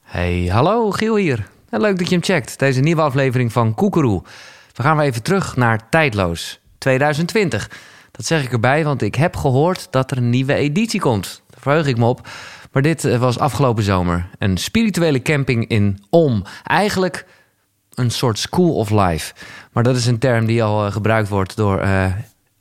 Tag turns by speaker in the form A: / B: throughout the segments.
A: Hey, hallo, Giel hier. En Leuk dat je hem checkt, deze nieuwe aflevering van Koekeroe. We gaan weer even terug naar Tijdloos 2020. Dat zeg ik erbij, want ik heb gehoord dat er een nieuwe editie komt. Daar verheug ik me op. Maar dit eh, was afgelopen zomer. Een spirituele camping in Om. Eigenlijk een soort school of life. Maar dat is een term die al eh, gebruikt wordt door eh,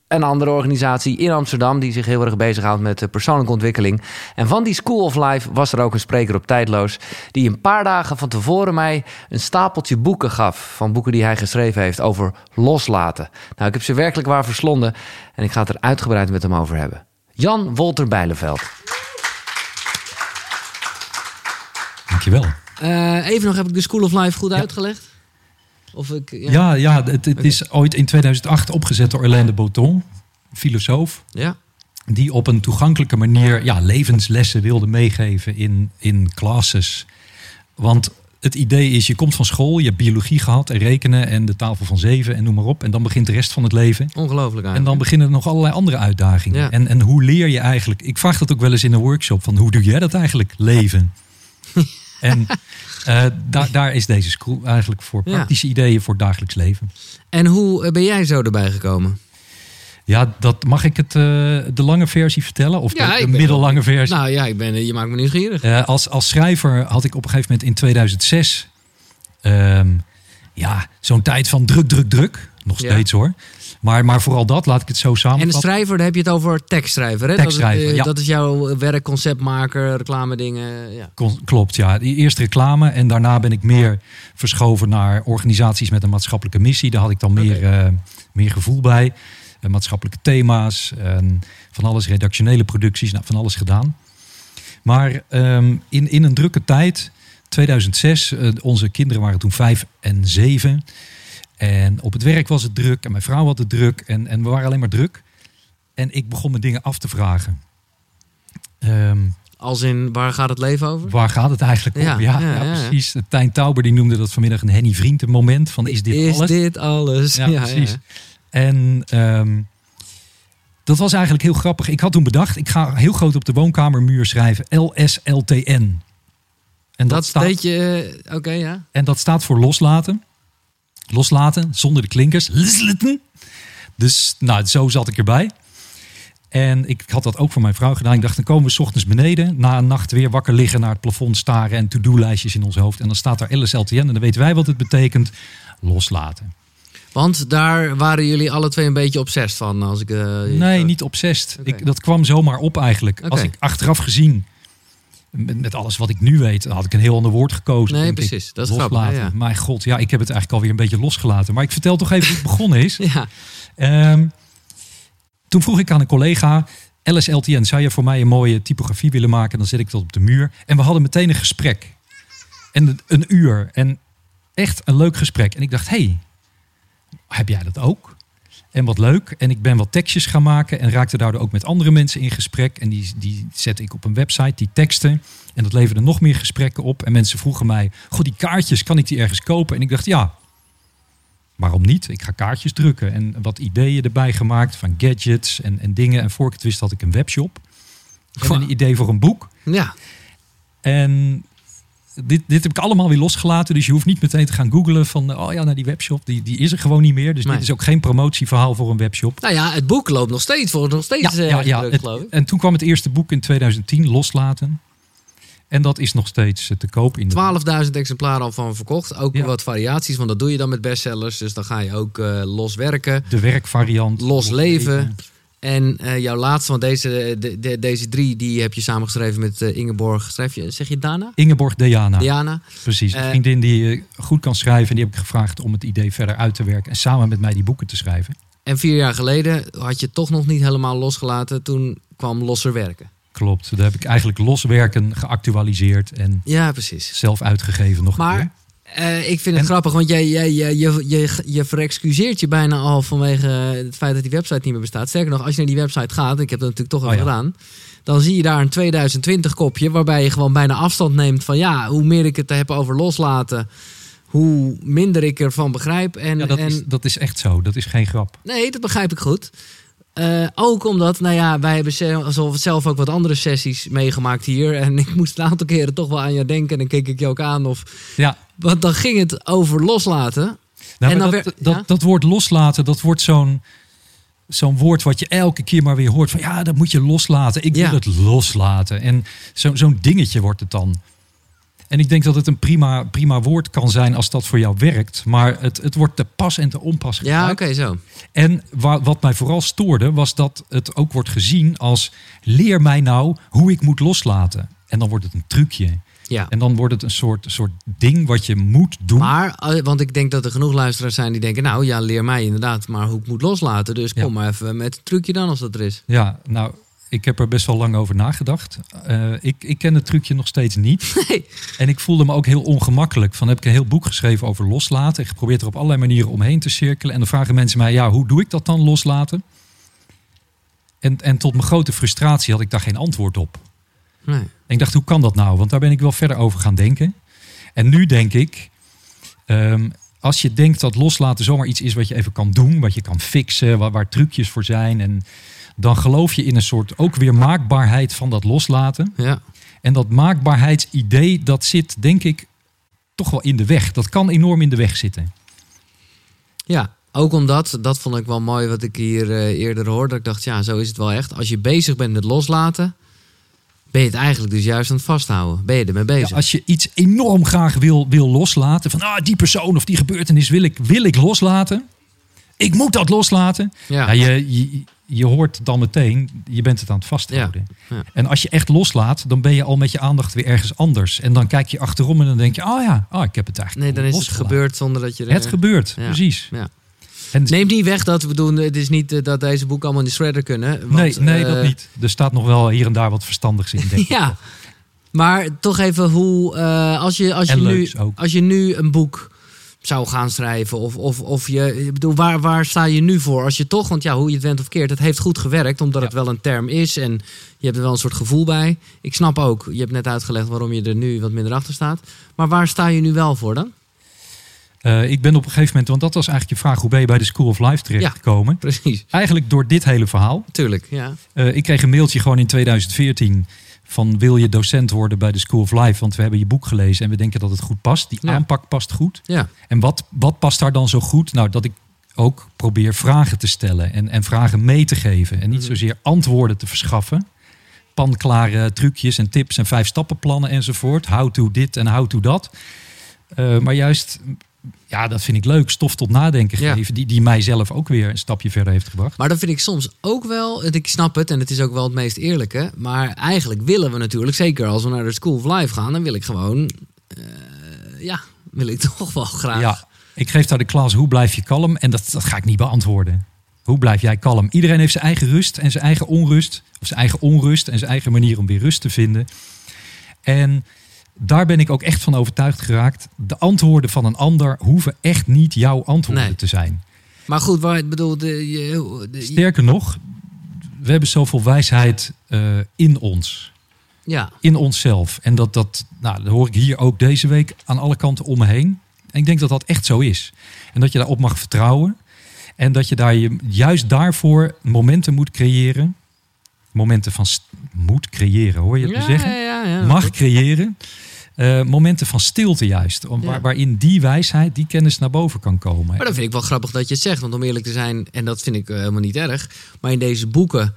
A: een andere organisatie in Amsterdam... die zich heel erg bezighoudt met eh, persoonlijke ontwikkeling. En van die school of life was er ook een spreker op Tijdloos... die een paar dagen van tevoren mij een stapeltje boeken gaf... van boeken die hij geschreven heeft over loslaten. Nou, ik heb ze werkelijk waar verslonden... en ik ga het er uitgebreid met hem over hebben. Jan Wolter Bijleveld.
B: Dankjewel.
A: Eh, even nog, heb ik de school of life goed uitgelegd? Of ik,
B: Ja, ja, het, het is ooit in 2008 opgezet door Orlando Boton, filosoof.
A: ja.
B: Die op een toegankelijke manier ja, levenslessen wilde meegeven in, in classes. Want het idee is, je komt van school, je hebt biologie gehad en rekenen en de tafel van zeven en noem maar op. En dan begint de rest van het leven.
A: Ongelooflijk
B: En dan beginnen er nog allerlei andere uitdagingen.
A: Ja.
B: En, en hoe leer je eigenlijk? Ik vraag dat ook wel eens in een workshop: van hoe doe jij dat eigenlijk? Leven. en eh, daar, daar is deze school eigenlijk voor.
A: Ja.
B: Praktische ideeën voor het dagelijks leven.
A: En hoe eh, ben jij zo erbij gekomen?
B: Ja, dat mag ik het, eh, de lange versie vertellen? Of
A: Ja, ik
B: de, de
A: ben-
B: middellange versie?
A: Nou ja, ik ben, eh, je maakt me nieuwsgierig.
B: Eh, als, als schrijver had ik op een gegeven moment in 2006 ehm, ja, zo'n tijd van druk, druk, druk. Nog
A: Ja.
B: steeds hoor. Maar, maar vooral dat, laat ik het zo
A: En de
B: samenvatten.
A: schrijver, daar heb je het over tekstschrijver. Hè? dat,
B: Tekstschrijver,
A: is, eh,
B: ja.
A: dat is jouw werk, conceptmaker, reclame dingen. Ja.
B: Kon- Klopt, ja. Die Eerst reclame en daarna ben ik meer verschoven naar organisaties met een maatschappelijke missie. Daar had ik dan meer, eh, meer gevoel bij. Eh, maatschappelijke thema's, en van alles redactionele producties, nou, van alles gedaan. Maar ehm, in, in een drukke tijd, 2006, eh, onze kinderen waren toen vijf en zeven. En op het werk was het druk en mijn vrouw had het druk en, en we waren alleen maar druk. En ik begon me dingen af te vragen. Ehm,
A: Als in, waar gaat het leven over?
B: Waar gaat het eigenlijk om?
A: Ja,
B: Ja,
A: ja, ja,
B: ja,
A: ja.
B: precies. Tijn Tauber die noemde dat vanmiddag een Henny Vrienden moment. Van is dit
A: is
B: alles?
A: dit alles?
B: Ja, precies. En ehm, dat was eigenlijk heel grappig. Ik had toen bedacht, ik ga heel groot op de woonkamermuur schrijven. LSLTN. En dat,
A: Dat
B: staat,
A: deed je... eh, Oké, ja.
B: en dat staat voor loslaten. Loslaten, zonder de klinkers. Loslaten. Dus nou, zo zat ik erbij. En ik had dat ook voor mijn vrouw gedaan. Ik dacht, dan komen we 's ochtends beneden. Na een nacht weer wakker liggen, naar het plafond staren en to-do-lijstjes in ons hoofd. En dan staat daar LSLTN en dan weten wij wat het betekent. Loslaten.
A: Want daar waren jullie alle twee een beetje obsessed van. Als ik, eh,
B: Nee, niet obsessed.
A: Oké.
B: Ik, dat kwam zomaar op eigenlijk.
A: Oké.
B: Als ik achteraf gezien, met, met alles wat ik nu weet, dan had ik een heel ander woord gekozen.
A: Nee,
B: denk ik.
A: precies. Dat is
B: loslaten.
A: grappig. Ja,
B: Mijn god, ja, ik heb het eigenlijk alweer een beetje losgelaten. Maar ik vertel toch even hoe het begonnen is.
A: ja. ja.
B: Ehm, toen vroeg ik aan een collega, LSLTN, zou je voor mij een mooie typografie willen maken? Dan zet ik dat op de muur. En we hadden meteen een gesprek. En een- een uur. En echt een leuk gesprek. En ik dacht, hey, heb jij dat ook? En wat leuk. En ik ben wat tekstjes gaan maken en raakte daardoor ook met andere mensen in gesprek. En die, die zette ik op een website, die teksten. En dat leverde nog meer gesprekken op. En mensen vroegen mij, goh, die kaartjes, kan ik die ergens kopen? En ik dacht, ja, waarom niet? Ik ga kaartjes drukken en wat ideeën erbij gemaakt van gadgets en, en dingen. En voor ik het wist had ik een webshop. En een idee voor een boek.
A: ja.
B: En dit, dit heb ik allemaal weer losgelaten. Dus je hoeft niet meteen te gaan googlen van... oh ja, nou die webshop, die, die is er gewoon niet meer. Dus
A: Nee.
B: dit is ook geen promotieverhaal voor een webshop.
A: Nou ja, het boek loopt nog steeds. Volgens nog steeds eh, gedrukt,
B: Het-
A: geloof ik.
B: en toen kwam het eerste boek in 2010, Loslaten. En dat is nog steeds eh, te koop in de
A: 12.000 exemplaren al van verkocht. Ook
B: Ja.
A: wat variaties, want dat doe je dan met bestsellers. Dus dan ga je ook eh, los werken,
B: de werkvariant.
A: los leven. En eh, jouw laatste, want deze, eh, de- de- deze drie die heb je samengeschreven met eh, Ingeborg. Schrijf je, zeg je Dana?
B: Ingeborg Deana.
A: Diana.
B: Precies, een
A: Eh,
B: vriendin die eh, goed kan schrijven. En die heb ik gevraagd om het idee verder uit te werken. En samen met mij die boeken te schrijven.
A: En vier jaar geleden had je toch nog niet helemaal losgelaten. Toen kwam losser werken.
B: Klopt, daar heb ik eigenlijk loswerken geactualiseerd. En
A: Ja, precies.
B: zelf uitgegeven nog een
A: Maar
B: keer.
A: eh, ik vind het
B: En-
A: grappig, want jij, jij, jij, je, je, je verexcuseert je bijna al vanwege eh, het feit dat die website niet meer bestaat. Sterker nog, als je naar die website gaat, ik heb dat natuurlijk toch
B: Oh
A: even
B: ja.
A: gedaan, dan zie je daar een 2020 kopje waarbij je gewoon bijna afstand neemt van ja, hoe meer ik het heb over loslaten, hoe minder ik ervan begrijp. En,
B: Ja, dat,
A: en
B: is, dat is echt zo, dat is geen grap.
A: nee, dat begrijp ik goed. Eh, ook omdat, nou ja, wij hebben zelf, zelf ook wat andere sessies meegemaakt hier. En ik moest een aantal keren toch wel aan jou denken. En dan keek ik je ook aan. Of,
B: Ja.
A: want dan ging het over loslaten.
B: Nou,
A: En
B: maar
A: dan
B: dat,
A: weer-
B: dat,
A: ja?
B: dat woord loslaten, dat wordt zo'n zo'n woord wat je elke keer maar weer hoort. Van ja, dat moet je loslaten. Ik
A: Ja.
B: wil het loslaten. En zo- zo'n dingetje wordt het dan. En ik denk dat het een prima, prima woord kan zijn als dat voor jou werkt. Maar het, het wordt te pas en te onpas
A: Ja,
B: gebruikt.
A: oké, zo.
B: En wa- wat mij vooral stoorde, was dat het ook wordt gezien als... leer mij nou hoe ik moet loslaten. En dan wordt het een trucje.
A: Ja.
B: En dan wordt het een soort, soort ding wat je moet doen.
A: Maar, eh, want ik denk dat er genoeg luisteraars zijn die denken... nou ja, leer mij inderdaad maar hoe ik moet loslaten. Dus
B: Ja.
A: kom maar even met een trucje dan als dat er is.
B: Ja, nou, ik heb er best wel lang over nagedacht. Eh, ik, ik ken het trucje nog steeds niet.
A: Nee.
B: En ik voelde me ook heel ongemakkelijk. Van heb ik een heel boek geschreven over loslaten. Ik geprobeerd er op allerlei manieren omheen te cirkelen. En dan vragen mensen mij, ja, hoe doe ik dat dan loslaten? En, en tot mijn grote frustratie had ik daar geen antwoord op.
A: Nee.
B: En ik dacht, hoe kan dat nou? Want daar ben ik wel verder over gaan denken. En nu denk ik, ehm, als je denkt dat loslaten zomaar iets is wat je even kan doen, wat je kan fixen, waar, waar trucjes voor zijn. En dan geloof je in een soort ook weer maakbaarheid van dat loslaten.
A: Ja.
B: En dat maakbaarheidsidee, dat zit denk ik toch wel in de weg. Dat kan enorm in de weg zitten.
A: ja, ook omdat, dat vond ik wel mooi wat ik hier eh, eerder hoorde. Ik dacht, ja, zo is het wel echt. Als je bezig bent met loslaten... ben je het eigenlijk dus juist aan het vasthouden. Ben je ermee bezig.
B: Ja, als je iets enorm graag wil, wil loslaten, van ah, die persoon of die gebeurtenis wil ik, wil ik loslaten. Ik moet dat loslaten.
A: Ja.
B: Ja, Nou, je, je, je hoort dan meteen, je bent het aan het vasthouden.
A: Ja, ja.
B: En als je echt loslaat, dan ben je al met je aandacht weer ergens anders. En dan kijk je achterom en dan denk je, oh ja, oh, ik heb het
A: Nee,
B: eigenlijk
A: dan is het
B: losgelaten.
A: gebeurd zonder dat je... er-
B: Het gebeurt,
A: Ja.
B: precies.
A: Ja.
B: En
A: Neemt niet weg dat we doen... Het is niet eh, dat deze boeken allemaal in de shredder kunnen. want,
B: nee, nee
A: eh,
B: dat niet. Er staat nog wel hier en daar wat verstandigs in, denk ik.
A: Ja, maar toch even hoe... eh, als, je, als, je
B: En
A: nu,
B: leuks ook.
A: als je nu een boek zou gaan schrijven... of, of, of je... Ik bedoel, waar, waar sta je nu voor? Als je toch... Want ja, hoe je het went of keert... het heeft goed gewerkt, omdat
B: Ja.
A: het wel een term is... en je hebt er wel een soort gevoel bij. Ik snap ook, je hebt net uitgelegd... waarom je er nu wat minder achter staat. Maar waar sta je nu wel voor dan?
B: Eh, ik ben op een gegeven moment, want dat was eigenlijk je vraag, hoe ben je bij de School of Life terechtgekomen?
A: Precies,
B: Eigenlijk door dit hele verhaal.
A: tuurlijk, ja.
B: Eh, ik kreeg een mailtje gewoon in 2014 van wil je docent worden bij de School of Life? Want we hebben je boek gelezen en we denken dat het goed past. Die
A: Ja.
B: aanpak past goed.
A: Ja,
B: En wat, wat past daar dan zo goed? Nou, dat ik ook probeer vragen te stellen en, en vragen mee te geven. En niet
A: Mhm.
B: zozeer antwoorden te verschaffen. Panklare trucjes en tips en vijf stappenplannen enzovoort. How to dit en how to dat. Eh, maar juist, ja, dat vind ik leuk. Stof tot nadenken
A: Ja.
B: geven. Die, die mijzelf ook weer een stapje verder heeft gebracht.
A: Maar dat vind ik soms ook wel, ik snap het en het is ook wel het meest eerlijke. Maar eigenlijk willen we natuurlijk, zeker als we naar de School of Life gaan, dan wil ik gewoon, eh, ja, wil ik toch wel graag.
B: Ja, ik geef daar de klas hoe blijf je kalm en dat, dat ga ik niet beantwoorden. Hoe blijf jij kalm? Iedereen heeft zijn eigen rust en zijn eigen onrust. Of zijn eigen onrust en zijn eigen manier om weer rust te vinden. En daar ben ik ook echt van overtuigd geraakt. De antwoorden van een ander hoeven echt niet jouw antwoorden
A: Nee.
B: te zijn.
A: Maar goed, waar, ik bedoel, de, je, de-
B: Sterker nog, we hebben zoveel wijsheid eh, in ons
A: ja,
B: in onszelf. En dat, dat, nou, dat hoor ik hier ook deze week aan alle kanten om me heen. En ik denk dat dat echt zo is. En dat je daarop mag vertrouwen. En dat je daar je, juist daarvoor momenten moet creëren. Momenten van st- moet creëren, hoor je het
A: ja,
B: me zeggen?
A: ja, ja, ja.
B: Mag creëren. Eh, momenten van stilte juist. Om, waar,
A: Ja.
B: waarin die wijsheid, die kennis naar boven kan komen.
A: Maar dat vind ik wel grappig dat je het zegt. Want om eerlijk te zijn, en dat vind ik eh, helemaal niet erg. Maar in deze boeken,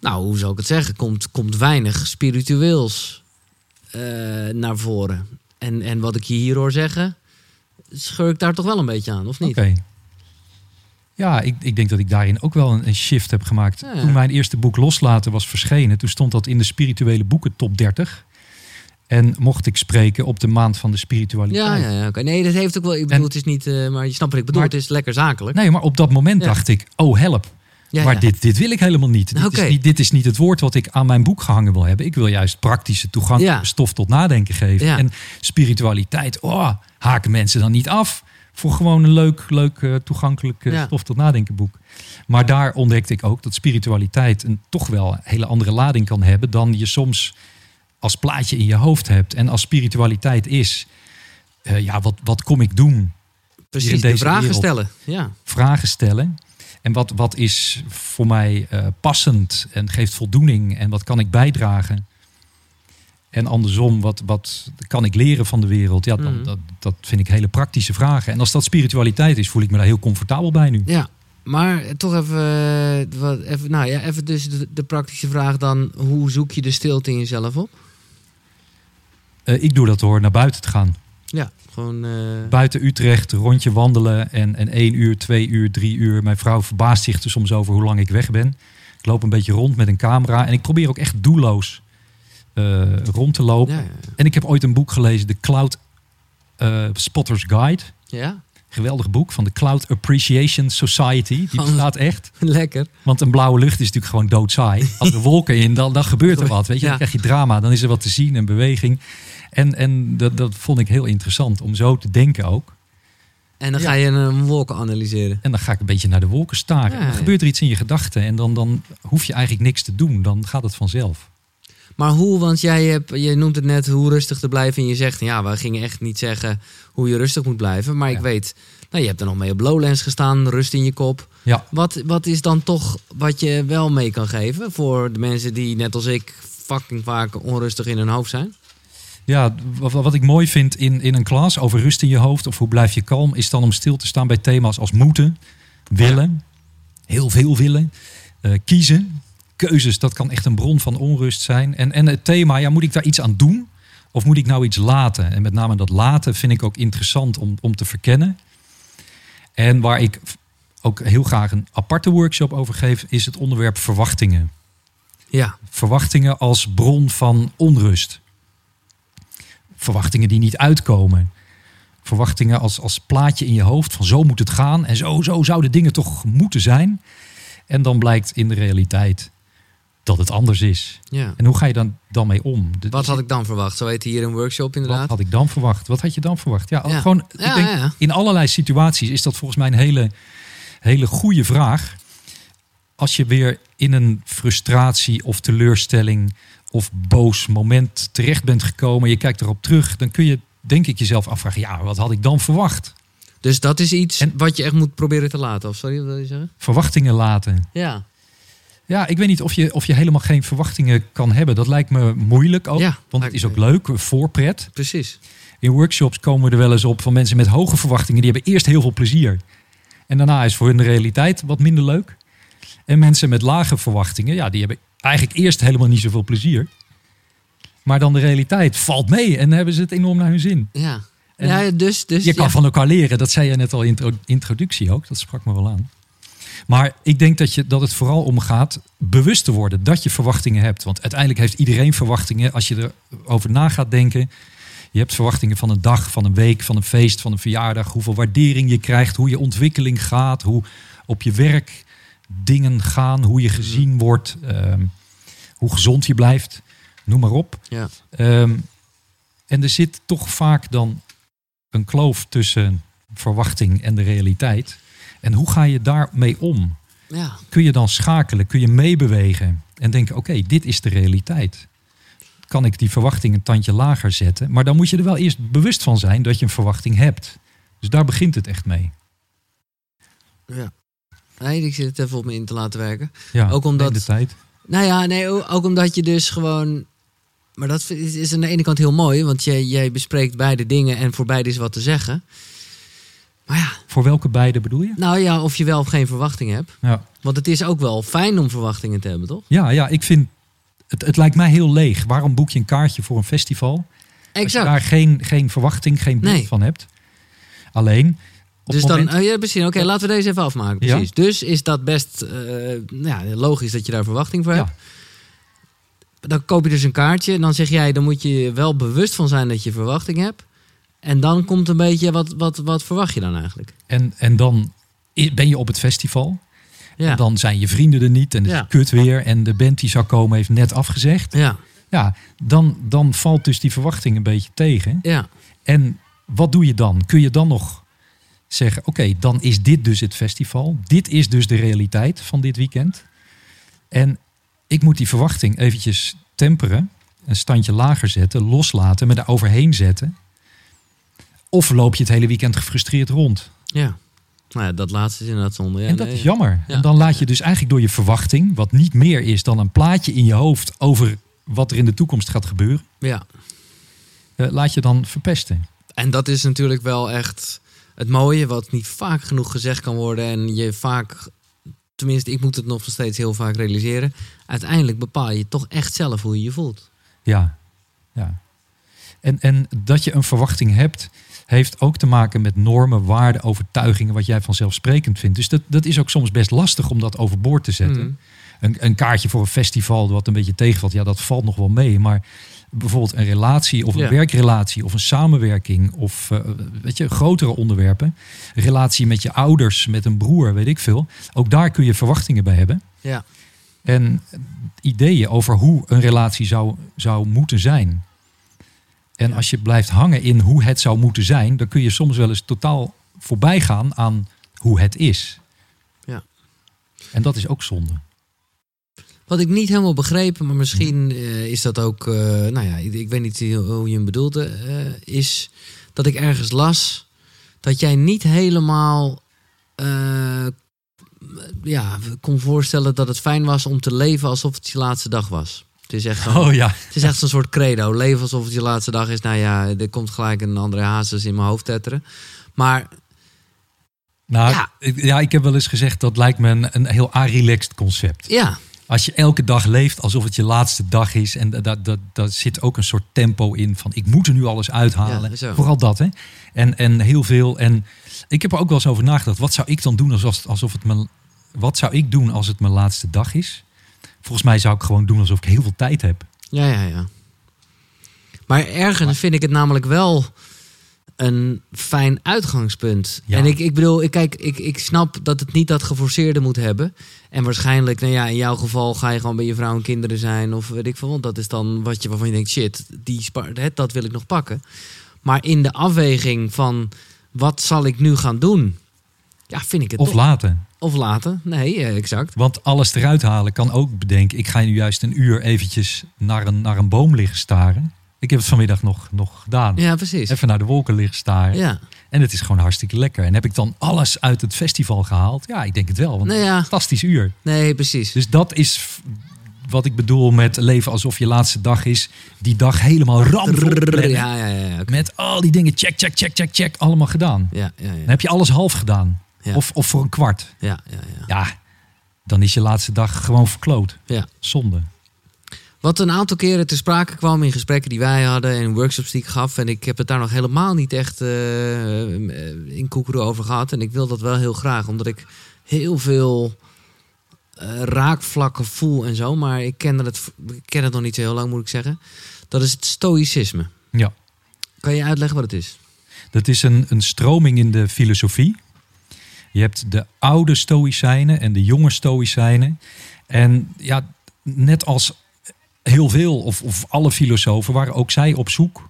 A: nou, hoe zou ik het zeggen, komt, komt weinig spiritueels eh, naar voren. En, en wat ik je hier hoor zeggen, scheur ik daar toch wel een beetje aan, of niet?
B: Oké. Ja, ik, ik denk dat ik daarin ook wel een, een shift heb gemaakt.
A: Ja.
B: Toen mijn eerste boek Loslaten was verschenen, toen stond dat in de spirituele boeken top 30. En mocht ik spreken op de maand van de spiritualiteit.
A: Ja, ja, ja. oké. Nee, dat heeft ook wel. Ik bedoel,
B: En-
A: het is niet. eh, maar je snapt wat ik bedoel.
B: Maar-
A: het is lekker zakelijk.
B: Nee, maar op dat moment
A: Ja.
B: dacht ik, oh help.
A: ja,
B: maar
A: ja.
B: Dit, dit wil ik helemaal niet.
A: Nou,
B: dit,
A: oké.
B: is niet dit is niet het woord wat ik aan mijn boek gehangen wil hebben. Ik wil juist praktische toegang,
A: Ja.
B: stof tot nadenken geven.
A: Ja.
B: En spiritualiteit, oh, haken mensen dan niet af voor gewoon een leuk, leuk eh, toegankelijk eh,
A: Ja.
B: stof tot nadenken boek. Maar daar ontdekte ik ook dat spiritualiteit een toch wel een hele andere lading kan hebben dan je soms als plaatje in je hoofd hebt. En als spiritualiteit is, eh, ja, wat, wat kom ik doen?
A: Precies.
B: in
A: De
B: deze
A: vragen
B: wereld.
A: stellen. Ja.
B: vragen stellen. En wat, wat is voor mij eh, passend en geeft voldoening en wat kan ik bijdragen? En andersom, wat, wat kan ik leren van de wereld? Ja, dan,
A: Mhm.
B: dat, dat vind ik hele praktische vragen. En als dat spiritualiteit is, voel ik me daar heel comfortabel bij nu.
A: Ja, maar toch even, eh, wat, even, nou ja, even dus de, de praktische vraag dan. Hoe zoek je de stilte in jezelf op?
B: Eh, ik doe dat door naar buiten te gaan.
A: Ja, gewoon... eh,
B: Buiten Utrecht, rondje wandelen en, en één uur, twee uur, drie uur. Mijn vrouw verbaast zich er soms over hoe lang ik weg ben. Ik loop een beetje rond met een camera en ik probeer ook echt doelloos eh, rond te lopen.
A: ja, ja.
B: En ik heb ooit een boek gelezen, de Cloud eh, Spotters Guide.
A: ja,
B: Geweldig boek van de Cloud Appreciation Society. Die
A: Oh.
B: bestaat echt.
A: lekker.
B: Want een blauwe lucht is natuurlijk gewoon doodzaai. Als er wolken in, dan, dan gebeurt er wat. Weet je? Dan
A: Ja.
B: krijg je drama, dan is er wat te zien en beweging. En, en dat, dat vond ik heel interessant om zo te denken ook.
A: En dan
B: Ja.
A: ga je een wolken analyseren.
B: En dan ga ik een beetje naar de wolken staren.
A: Ja.
B: Dan gebeurt er iets in je gedachten en dan, dan hoef je eigenlijk niks te doen. Dan gaat het vanzelf.
A: Maar hoe, want jij hebt, je noemt het net hoe rustig te blijven. En je zegt, ja, we gingen echt niet zeggen hoe je rustig moet blijven. Maar
B: Ja.
A: ik weet, nou, je hebt er nog mee op Lowlands gestaan, rust in je kop.
B: Ja.
A: Wat, wat is dan toch wat je wel mee kan geven voor de mensen die, net als ik, fucking vaak onrustig in hun hoofd zijn?
B: Ja, wat, wat ik mooi vind in, in een klas over rust in je hoofd of hoe blijf je kalm, is dan om stil te staan bij thema's als moeten, willen, heel veel willen, eh, kiezen, keuzes. Dat kan echt een bron van onrust zijn. En, en het thema, ja, moet ik daar iets aan doen of moet ik nou iets laten? En met name dat laten vind ik ook interessant om, om te verkennen. En waar ik v- ook heel graag een aparte workshop over geef, is het onderwerp verwachtingen
A: Ja,
B: verwachtingen als bron van onrust. Verwachtingen die niet uitkomen. Verwachtingen als, als plaatje in je hoofd van zo moet het gaan en zo, zo zouden dingen toch moeten zijn. En dan blijkt in de realiteit dat het anders is.
A: ja.
B: En hoe ga je dan, dan mee om? De-
A: Wat had ik dan verwacht? Zo heet hier een workshop
B: wat
A: inderdaad.
B: had ik dan verwacht? Wat had je dan verwacht? Ja,
A: Ja.
B: gewoon. ik
A: Ja,
B: denk,
A: ja, ja.
B: In allerlei situaties is dat volgens mij een hele, hele goede vraag. Als je weer in een frustratie of teleurstelling of boos moment terecht bent gekomen, je kijkt erop terug, dan kun je denk ik jezelf afvragen: ja, wat had ik dan verwacht?
A: Dus dat is iets
B: En-
A: wat je echt moet proberen te laten. Of sorry, wat wil je zeggen?
B: Verwachtingen laten.
A: Ja,
B: Ja, ik weet niet of je, of je helemaal geen verwachtingen kan hebben. Dat lijkt me moeilijk ook.
A: Ja,
B: want het
A: lijkt
B: is
A: me.
B: ook leuk, een voorpret.
A: precies.
B: In workshops komen we er wel eens op van mensen met hoge verwachtingen. Die hebben eerst heel veel plezier. En daarna is voor hun de realiteit wat minder leuk. En mensen met lage verwachtingen, ja, die hebben eigenlijk eerst helemaal niet zoveel plezier. Maar dan de realiteit valt mee en hebben ze het enorm naar hun zin.
A: Ja.
B: En
A: ja, dus, dus
B: Je kan
A: ja.
B: van elkaar leren, dat zei je net al in de introductie ook. Dat sprak me wel aan. Maar ik denk dat, je, dat het vooral om gaat bewust te worden dat je verwachtingen hebt. Want uiteindelijk heeft iedereen verwachtingen als je erover na gaat denken. Je hebt verwachtingen van een dag, van een week, van een feest, van een verjaardag. Hoeveel waardering je krijgt, hoe je ontwikkeling gaat, hoe op je werk dingen gaan, hoe je
A: Mm-hmm.
B: gezien wordt, ehm, hoe gezond je blijft. Noem maar op.
A: Ja.
B: Ehm, en er zit toch vaak dan een kloof tussen verwachting en de realiteit. En hoe ga je daarmee om?
A: Ja.
B: Kun je dan schakelen? Kun je meebewegen? En denken, oké, dit is de realiteit. Kan ik die verwachting een tandje lager zetten? Maar dan moet je er wel eerst bewust van zijn dat je een verwachting hebt. Dus daar begint het echt mee.
A: Nee, ik zit het even op me in te laten werken.
B: Ja,
A: Ook omdat-
B: neem de tijd.
A: Nou ja, nee, o- ook omdat je dus gewoon. Maar dat vind- is- is aan de ene kant heel mooi, want jij, jij bespreekt beide dingen en voor beide is wat te zeggen. Maar ja,
B: Voor welke beide bedoel je?
A: nou ja, of je wel of geen verwachting hebt.
B: Ja,
A: Want het is ook wel fijn om verwachtingen te hebben, toch?
B: ja, ja ik vind... Het, het lijkt mij heel leeg. Waarom boek je een kaartje voor een festival?
A: Exact.
B: Als je daar geen, geen verwachting, geen beeld
A: Nee.
B: van hebt. Alleen, op
A: dus
B: het moment...
A: dan, oh ja, precies. Oké, laten we deze even afmaken.
B: Ja.
A: Precies. Dus is dat best eh, ja, logisch dat je daar verwachting voor
B: Ja.
A: hebt. Dan koop je dus een kaartje en dan zeg jij, dan moet je je wel bewust van zijn dat je verwachting hebt. En dan komt een beetje, wat, wat, wat verwacht je dan eigenlijk?
B: en, en dan i- ben je op het festival.
A: Ja.
B: En dan zijn je vrienden er niet en het
A: Ja.
B: is kut weer. En de band die zou komen heeft net afgezegd.
A: ja.
B: Ja, dan, dan valt dus die verwachting een beetje tegen.
A: Ja,
B: En wat doe je dan? Kun je dan nog zeggen, oké, dan is dit dus het festival. Dit is dus de realiteit van dit weekend. En ik moet die verwachting eventjes temperen. Een standje lager zetten, loslaten, me daar overheen zetten. Of loop je het hele weekend gefrustreerd rond.
A: ja. Nou ja, dat laatste is inderdaad zonde. Ja,
B: en dat
A: nee,
B: is
A: ja.
B: jammer.
A: Ja.
B: En dan laat je dus eigenlijk door je verwachting, wat niet meer is dan een plaatje in je hoofd over wat er in de toekomst gaat gebeuren,
A: Ja.
B: eh, laat je dan verpesten.
A: En dat is natuurlijk wel echt het mooie, wat niet vaak genoeg gezegd kan worden. En je vaak, tenminste, ik moet het nog steeds heel vaak realiseren. Uiteindelijk bepaal je toch echt zelf hoe je je voelt.
B: Ja. ja. En, en dat je een verwachting hebt, heeft ook te maken met normen, waarden, overtuigingen, wat jij vanzelfsprekend vindt. Dus dat, dat is ook soms best lastig om dat overboord te zetten.
A: Mm.
B: Een, een kaartje voor een festival, wat een beetje tegenvalt, ja, dat valt nog wel mee. Maar bijvoorbeeld een relatie of een
A: Ja.
B: werkrelatie of een samenwerking of eh, weet je, grotere onderwerpen. Relatie met je ouders, met een broer, weet ik veel. Ook daar kun je verwachtingen bij hebben.
A: Ja.
B: En ideeën over hoe een relatie zou, zou moeten zijn. En als je blijft hangen in hoe het zou moeten zijn, dan kun je soms wel eens totaal voorbij gaan aan hoe het is.
A: Ja.
B: En dat is ook zonde.
A: Wat ik niet helemaal begrepen, maar misschien eh, is dat ook, eh, nou ja, ik, ik weet niet hoe hoe je hem bedoelde, eh, is dat ik ergens las dat jij niet helemaal eh, ja, kon voorstellen dat het fijn was om te leven alsof het je laatste dag was. Het is echt zo'n
B: Oh ja.
A: het is echt zo'n soort credo. Leven alsof het je laatste dag is. Nou ja, er komt gelijk een andere hazes in mijn hoofd tetteren. Maar
B: Nou,
A: Ja.
B: ik- ja, ik heb wel eens gezegd dat lijkt me een, een heel relaxed concept.
A: ja,
B: Als je elke dag leeft alsof het je laatste dag is. En da- da- da- daar zit ook een soort tempo in van ik moet er nu alles uithalen.
A: Ja, zo.
B: Vooral dat hè. En, en heel veel. En ik heb er ook wel eens over nagedacht. Wat zou ik dan doen alsof, alsof het mijn, wat zou ik doen als het mijn laatste dag is? Volgens mij zou ik gewoon doen alsof ik heel veel tijd heb.
A: ja, ja, ja. Maar ergens vind ik het namelijk wel een fijn uitgangspunt.
B: Ja.
A: En ik, ik bedoel, ik, kijk, ik, ik snap dat het niet dat geforceerde moet hebben. En waarschijnlijk, nou ja, in jouw geval ga je gewoon bij je vrouw en kinderen zijn. Of weet ik veel, want dat is dan wat je, waarvan je denkt, shit, die spa- hè, dat wil ik nog pakken. Maar in de afweging van, wat zal ik nu gaan doen? Ja, vind ik het
B: Of
A: toch-
B: laten.
A: Of later. Nee, eh, exact.
B: Want alles eruit halen kan ook bedenken. Ik ga nu juist een uur eventjes naar een, naar een boom liggen staren. Ik heb het vanmiddag nog, nog gedaan.
A: Ja, precies.
B: Even naar de wolken liggen staren.
A: Ja.
B: En het is gewoon hartstikke lekker. En heb ik dan alles uit het festival gehaald? Ja, ik denk het wel. Want
A: Nou ja,
B: fantastisch uur.
A: nee, precies.
B: Dus dat is f- wat ik bedoel met leven alsof je laatste dag is. Die dag helemaal ramvol
A: Brrr,
B: plannen.
A: Ja, ja, ja. ja, oké.
B: Met al die dingen check, check, check, check, check. Allemaal gedaan.
A: Ja, ja, ja.
B: Dan heb je alles half gedaan.
A: Ja.
B: Of, of voor een kwart.
A: ja, ja, ja.
B: Ja, dan is je laatste dag gewoon verkloot.
A: Ja.
B: Zonde.
A: Wat een aantal keren ter sprake kwam in gesprekken die wij hadden en workshops die ik gaf. En ik heb het daar nog helemaal niet echt eh, eh, in koekeroe over gehad. En ik wil dat wel heel graag, omdat ik heel veel eh, raakvlakken voel en zo. Maar ik ken, het, ik ken het nog niet zo heel lang, moet ik zeggen. Dat is het stoïcisme.
B: Ja.
A: Kan je uitleggen wat het is?
B: Dat is een, een stroming in de filosofie. Je hebt de oude Stoïcijnen en de jonge Stoïcijnen. En ja, net als heel veel of, of alle filosofen waren ook zij op zoek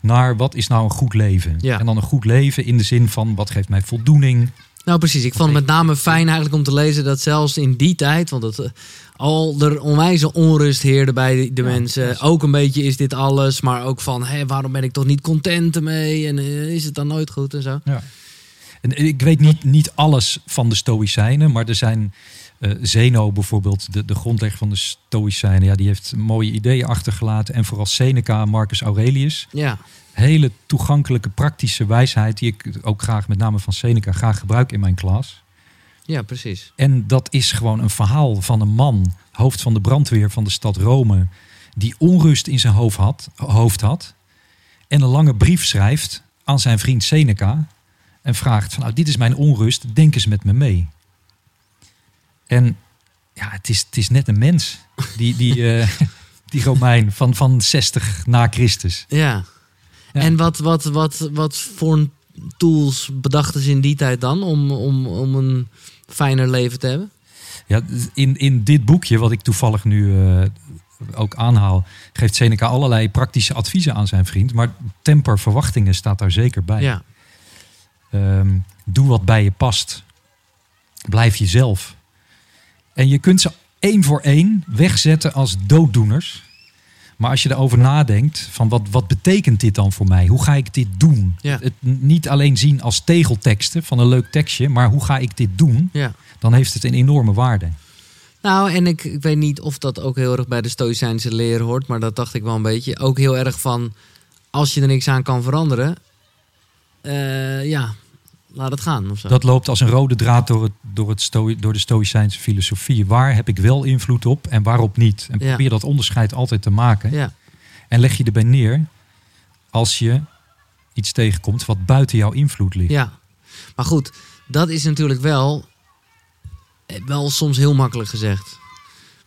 B: naar wat is nou een goed leven.
A: Ja.
B: En dan een goed leven in de zin van wat geeft mij voldoening.
A: Nou, precies. Ik vond het met name fijn eigenlijk om te lezen dat zelfs in die tijd, want dat, eh, al er onwijze onrust heerde bij de
B: Ja,
A: mensen.
B: precies.
A: Ook een beetje is dit alles, maar ook van hé, waarom ben ik toch niet content ermee en eh, is het dan nooit goed en zo.
B: En ik weet niet, niet alles van de Stoïcijnen, maar er zijn eh, Zeno bijvoorbeeld, de, de grondlegger van de Stoïcijnen. Ja, die heeft mooie ideeën achtergelaten. En vooral Seneca, Marcus Aurelius.
A: Ja,
B: hele toegankelijke, praktische wijsheid. die ik ook graag, met name van Seneca, graag gebruik in mijn klas.
A: ja precies.
B: En dat is gewoon een verhaal van een man, hoofd van de brandweer van de stad Rome. die onrust in zijn hoofd had, hoofd had en een lange brief schrijft aan zijn vriend Seneca. en vraagt: van, Nou, dit is mijn onrust, denk eens met me mee. En ja, het is, het is net een mens, die, die, eh, die Romein van, van 60 na Christus.
A: Ja.
B: Ja.
A: En wat, wat, wat, wat voor tools bedachten ze in die tijd dan om, om, om een fijner leven te hebben?
B: Ja, in, in dit boekje, wat ik toevallig nu eh, ook aanhaal, geeft Seneca allerlei praktische adviezen aan zijn vriend. Maar temper verwachtingen staat daar zeker bij.
A: Ja,
B: Ehm, doe wat bij je past. Blijf jezelf. En je kunt ze één voor één wegzetten als dooddoeners. Maar als je erover nadenkt, van wat, wat betekent dit dan voor mij? Hoe ga ik dit doen?
A: Ja.
B: Het niet alleen zien als tegelteksten van een leuk tekstje, maar hoe ga ik dit doen?
A: Ja.
B: Dan heeft het een enorme waarde.
A: Nou, en ik, ik weet niet of dat ook heel erg bij de Stoïcijnse leer hoort, maar dat dacht ik wel een beetje. Ook heel erg van, als je er niks aan kan veranderen, eh, ja, laat het gaan of zo.
B: Dat loopt als een rode draad door, het, door, het sto door de Stoïcijnse filosofie. Waar heb ik wel invloed op en waarop niet? En
A: Ja.
B: probeer dat onderscheid altijd te maken.
A: ja,
B: En leg je erbij neer als je iets tegenkomt wat buiten jouw invloed ligt.
A: ja. Maar goed, dat is natuurlijk wel, eh, wel soms heel makkelijk gezegd.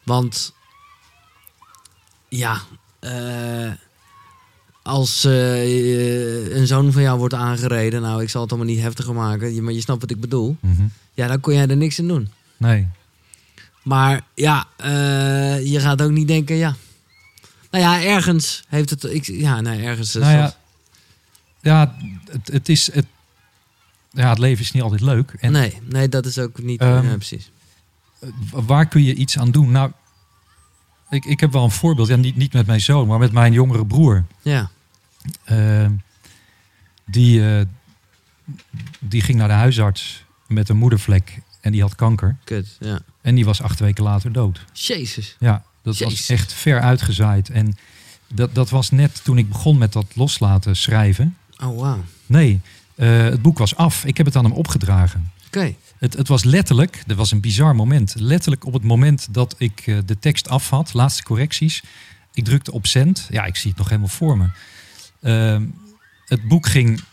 A: Want, ja, eh, als eh, een zoon van jou wordt aangereden, nou, ik zal het allemaal niet heftiger maken, je- maar je snapt wat ik bedoel.
B: Mhm.
A: Ja, dan kon jij er niks aan doen.
B: Nee.
A: Maar ja, eh, je gaat ook niet denken, ja. Nou ja, ergens heeft het. Ik, ja, nee, ergens. is
B: Nou ja,
A: Dus dat-
B: ja, het, het is. Het, ja, het leven is niet altijd leuk. En
A: nee, nee, dat is ook niet.
B: Ehm,
A: ja, precies.
B: w- waar kun je iets aan doen? Nou, ik, ik heb wel een voorbeeld. Ja, niet, niet met mijn zoon, maar met mijn jongere broer.
A: Ja,
B: Eh, die, eh, die ging naar de huisarts met een moedervlek. En die had kanker.
A: kut. Ja.
B: En die was acht weken later dood.
A: Jezus.
B: Ja, dat
A: Jezus.
B: was echt ver uitgezaaid. En dat, dat was net toen ik begon met dat loslaten schrijven.
A: Oh, wauw. Oké.
B: Nee, eh, het boek was af. Ik heb het aan hem opgedragen. Het, het was letterlijk, dat was een bizar moment. Letterlijk op het moment dat ik eh, de tekst af had, laatste correcties. Ik drukte op send. Ja, ik zie het nog helemaal voor me. Ehm, het boek ging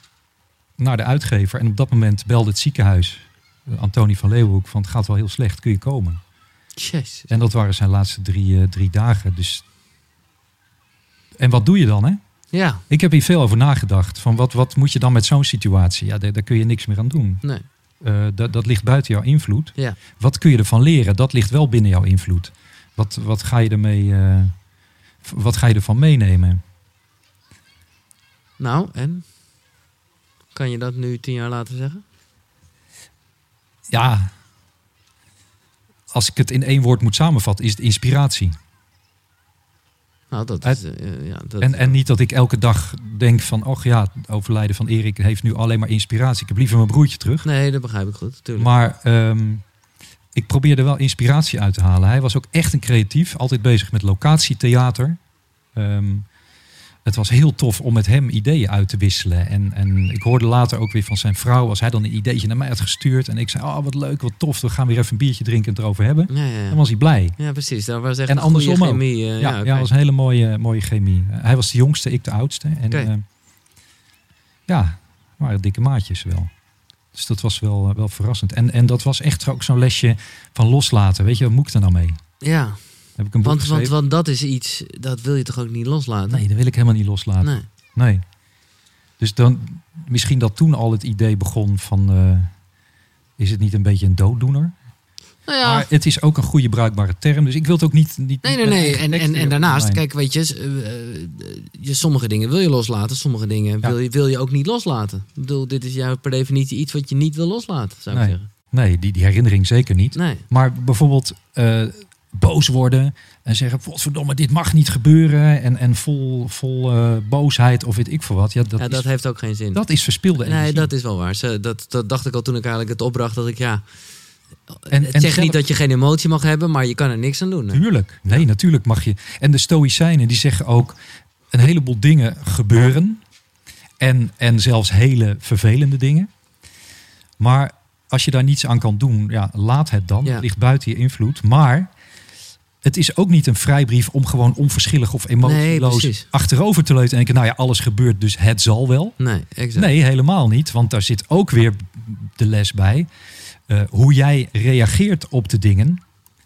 B: naar de uitgever en op dat moment belde het ziekenhuis. eh, Antonie van Leeuwenhoek van het gaat wel heel slecht, kun je komen?
A: Jezus.
B: En dat waren zijn laatste drie, eh, drie dagen. Dus... En wat doe je dan, hè?
A: Ja,
B: Ik heb hier veel over nagedacht. Van wat, wat moet je dan met zo'n situatie? Ja, daar, daar kun je niks meer aan doen.
A: nee.
B: Eh, dat, dat ligt buiten jouw invloed.
A: Ja.
B: Wat kun je ervan leren? Dat ligt wel binnen jouw invloed. Wat, wat ga je ermee... eh, v- wat ga je ervan meenemen?
A: Nou, en? Kan je dat nu tien jaar later zeggen?
B: Ja, als ik het in één woord moet samenvatten, is het inspiratie.
A: Nou, dat is. eh, ja, dat,
B: En, en niet dat ik elke dag denk van, och ja, het overlijden van Erik heeft nu alleen maar inspiratie. Ik heb liever mijn broertje terug.
A: Nee, dat begrijp ik goed. Tuurlijk.
B: Maar ehm, ik probeerde wel inspiratie uit te halen. Hij was ook echt een creatief, altijd bezig met locatietheater. Ehm, het was heel tof om met hem ideeën uit te wisselen. En, en ik hoorde later ook weer van zijn vrouw, als hij dan een ideetje naar mij had gestuurd. En ik zei, oh wat leuk, wat tof, we gaan weer even een biertje drinken en het erover hebben.
A: ja, ja,
B: Dan
A: ja.
B: was hij blij.
A: ja, precies. Daar was echt
B: En
A: een goede
B: andersom ook.
A: chemie. eh,
B: Ja,
A: ja,
B: ja,
A: oké.
B: was een hele mooie, mooie chemie. Eh, hij was de jongste, ik de oudste. En
A: Oké.
B: eh, ja, waren dikke maatjes wel. Dus dat was wel, eh, wel verrassend. En, en dat was echt ook zo'n lesje van loslaten. Weet je, wat moet ik er nou mee?
A: ja.
B: Heb ik een boek
A: Want, want,
B: geschreven?
A: want dat is iets. Dat wil je toch ook niet loslaten?
B: nee, dat wil ik helemaal niet loslaten. Nee.
A: Nee.
B: Dus dan misschien dat toen al het idee begon van... eh, is het niet een beetje een dooddoener?
A: Nou ja.
B: Maar het is ook een goede bruikbare term. Dus ik wil het ook niet... niet
A: Nee, nee,
B: met
A: nee.
B: eigen
A: En,
B: tekst
A: en, en
B: erop
A: daarnaast,
B: omlijnen.
A: kijk, weet je, s- eh, eh, je, sommige dingen wil je loslaten, sommige dingen
B: Ja.
A: wil, je, wil je ook niet loslaten. Ik bedoel, dit is jou per definitie iets wat je niet wil loslaten, zou ik
B: Nee.
A: zeggen.
B: Nee, die, die herinnering zeker niet.
A: Nee.
B: Maar bijvoorbeeld eh, boos worden en zeggen: verdomme, dit mag niet gebeuren. En, en vol, vol eh, boosheid of weet ik veel wat. Ja, dat,
A: ja, dat
B: is,
A: heeft ook geen zin.
B: dat is verspilde
A: nee,
B: energie.
A: dat is wel waar. Ze- dat, dat dacht ik al toen ik eigenlijk het opbracht dat ik, ja.
B: En-
A: het
B: en
A: zegt
B: zelf-
A: niet dat je geen emotie mag hebben, maar je kan er niks aan doen. hè?
B: Tuurlijk. Nee, natuurlijk mag je. En de Stoïcijnen die zeggen ook: een heleboel dingen gebeuren. En, en zelfs hele vervelende dingen. Maar als je daar niets aan kan doen, ja, laat het dan.
A: Ja.
B: Het ligt buiten je invloed. Maar het is ook niet een vrijbrief om gewoon onverschillig of emotieloos
A: precies.
B: achterover te leuten. En denken, nou ja, alles gebeurt, dus het zal wel.
A: Nee, exact.
B: Nee, helemaal niet. Want daar zit ook weer de les bij. Eh, hoe jij reageert op de dingen,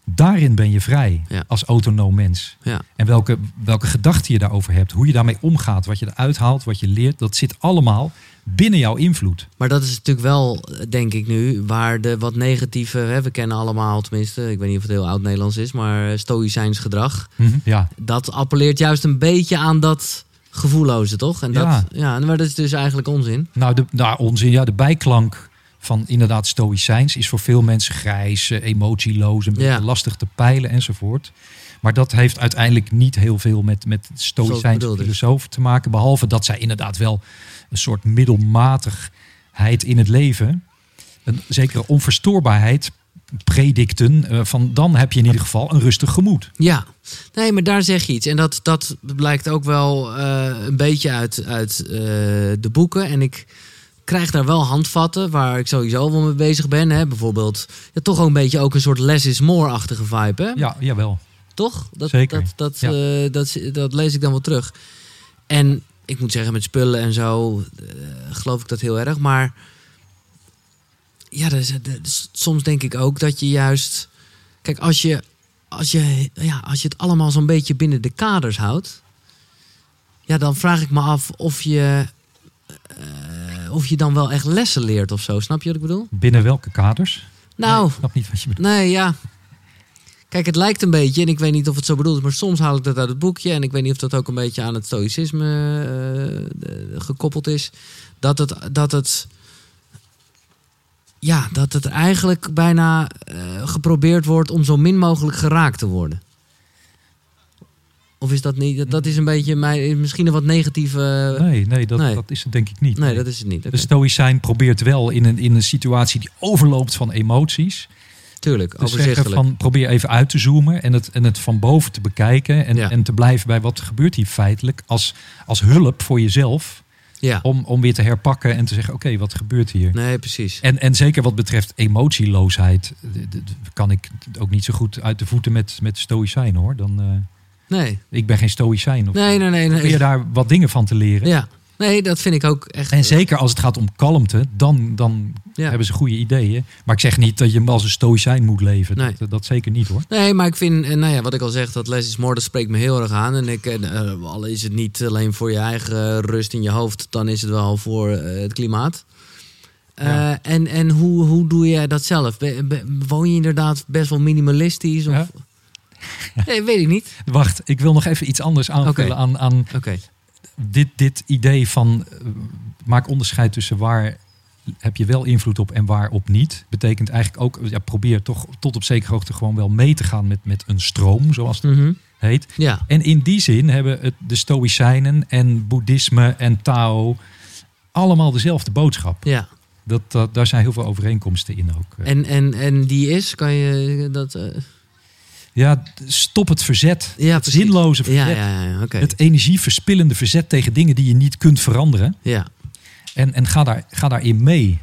B: daarin ben je vrij
A: Ja.
B: als autonoom mens.
A: Ja.
B: En welke, welke gedachten je daarover hebt, hoe je daarmee omgaat, wat je eruit haalt, wat je leert, dat zit allemaal binnen jouw invloed.
A: Maar dat is natuurlijk wel, denk ik nu, waar de wat negatieve, hè, we kennen allemaal tenminste, ik weet niet of het heel oud Nederlands is, maar eh, stoïcijns gedrag.
B: Ja.
A: dat appelleert juist een beetje aan dat gevoelloze, toch? En dat, ja.
B: Ja.
A: maar dat is dus eigenlijk onzin.
B: Nou, de, nou, onzin. Ja, de bijklank van inderdaad stoïcijns is voor veel mensen grijs, eh, emotieloos, een beetje
A: Ja.
B: lastig te peilen enzovoort. Maar dat heeft uiteindelijk niet heel veel met, met
A: bedoelde
B: stoïcijnse
A: ik.
B: filosofen te maken. Behalve dat zij inderdaad wel een soort middelmatigheid in het leven. Een zekere onverstoorbaarheid predikten. eh, van dan heb je in ieder geval een rustig gemoed.
A: Ja, nee, maar daar zeg je iets. En dat, dat blijkt ook wel eh, een beetje uit, uit eh, de boeken. En ik krijg daar wel handvatten waar ik sowieso wel mee bezig ben. Hè? Bijvoorbeeld, ja, toch ook een beetje ook een soort less is more-achtige vibe. Hè?
B: Ja, jawel.
A: Toch? Dat,
B: Zeker,
A: Dat, dat,
B: ja.
A: eh, dat, dat lees ik dan wel terug. En ik moet zeggen, met spullen en zo eh, geloof ik dat heel erg. Maar ja, er is- er is- soms denk ik ook dat je juist. Kijk, als je, als je, ja, als je het allemaal zo'n beetje binnen de kaders houdt. Ja, dan vraag ik me af of je. eh, of je dan wel echt lessen leert of zo. Snap je wat ik bedoel?
B: Binnen welke kaders?
A: Nou.
B: Nee, ik snap niet wat je bedoelt.
A: Nee, ja. Kijk, het lijkt een beetje, en ik weet niet of het zo bedoeld is, maar soms haal ik dat uit het boekje. En ik weet niet of dat ook een beetje aan het stoïcisme eh, eh, gekoppeld is. Dat het, dat het. Ja, dat het eigenlijk bijna eh, geprobeerd wordt om zo min mogelijk geraakt te worden. Of is dat niet? Dat, dat is een beetje mijn, misschien een wat negatieve.
B: Nee, nee, dat,
A: nee.
B: dat is het denk ik niet.
A: Nee, dat is het niet.
B: De
A: Oké,
B: stoïcijn probeert wel in een, in een situatie die overloopt van emoties.
A: Tuurlijk,
B: Te zeggen
A: overzichtelijk.
B: van probeer even uit te zoomen en het, en het van boven te bekijken. En,
A: Ja.
B: en te blijven bij wat gebeurt hier feitelijk. Als, als hulp voor jezelf
A: Ja,
B: om, om weer te herpakken en te zeggen oké, wat gebeurt hier?
A: nee, precies.
B: En, en zeker wat betreft emotieloosheid eh, d- d- kan ik ook niet zo goed uit de voeten met, met stoïcijn hoor. Dan, eh,
A: Nee,
B: ik ben geen stoïcijn. Of,
A: nee, nee, nee.
B: Probeer
A: nee.
B: daar wat dingen van te leren.
A: Ja, nee, dat vind ik ook echt. eh,
B: En zeker als het gaat om kalmte, dan, dan
A: Ja.
B: hebben ze goede ideeën. Maar ik zeg niet dat je hem als een stoïcijn moet leven.
A: Nee.
B: Dat, dat zeker niet hoor.
A: Nee, maar ik vind, eh, nou ja, wat ik al zeg, dat les is more, dat spreekt me heel erg aan. En ik, eh, eh, al is het niet alleen voor je eigen eh, rust in je hoofd, dan is het wel voor eh, het klimaat. Eh,
B: Ja.
A: En, en hoe, hoe doe jij dat zelf? Be- be- woon je inderdaad best wel minimalistisch? Of...
B: Ja.
A: Nee, weet ik niet.
B: Wacht, ik wil nog even iets anders aanvullen
A: Oké.
B: aan, aan
A: Oké.
B: dit, dit idee van eh, maak onderscheid tussen waar heb je wel invloed op en waarop niet. Betekent eigenlijk ook, ja, probeer toch tot op zekere hoogte gewoon wel mee te gaan met, met een stroom, zoals het
A: Mhm.
B: heet.
A: Ja,
B: En in die zin hebben het, de Stoïcijnen en Boeddhisme en Tao allemaal dezelfde boodschap.
A: ja.
B: Dat, dat, daar zijn heel veel overeenkomsten in ook. eh.
A: En, en, en die is, kan je dat... eh,
B: Ja, d- stop het verzet.
A: ja,
B: Het
A: precies.
B: zinloze
A: Ja,
B: verzet.
A: ja, ja, oké.
B: Het energieverspillende verzet tegen dingen die je niet kunt veranderen.
A: Ja,
B: En, en ga, daar, ga daarin mee.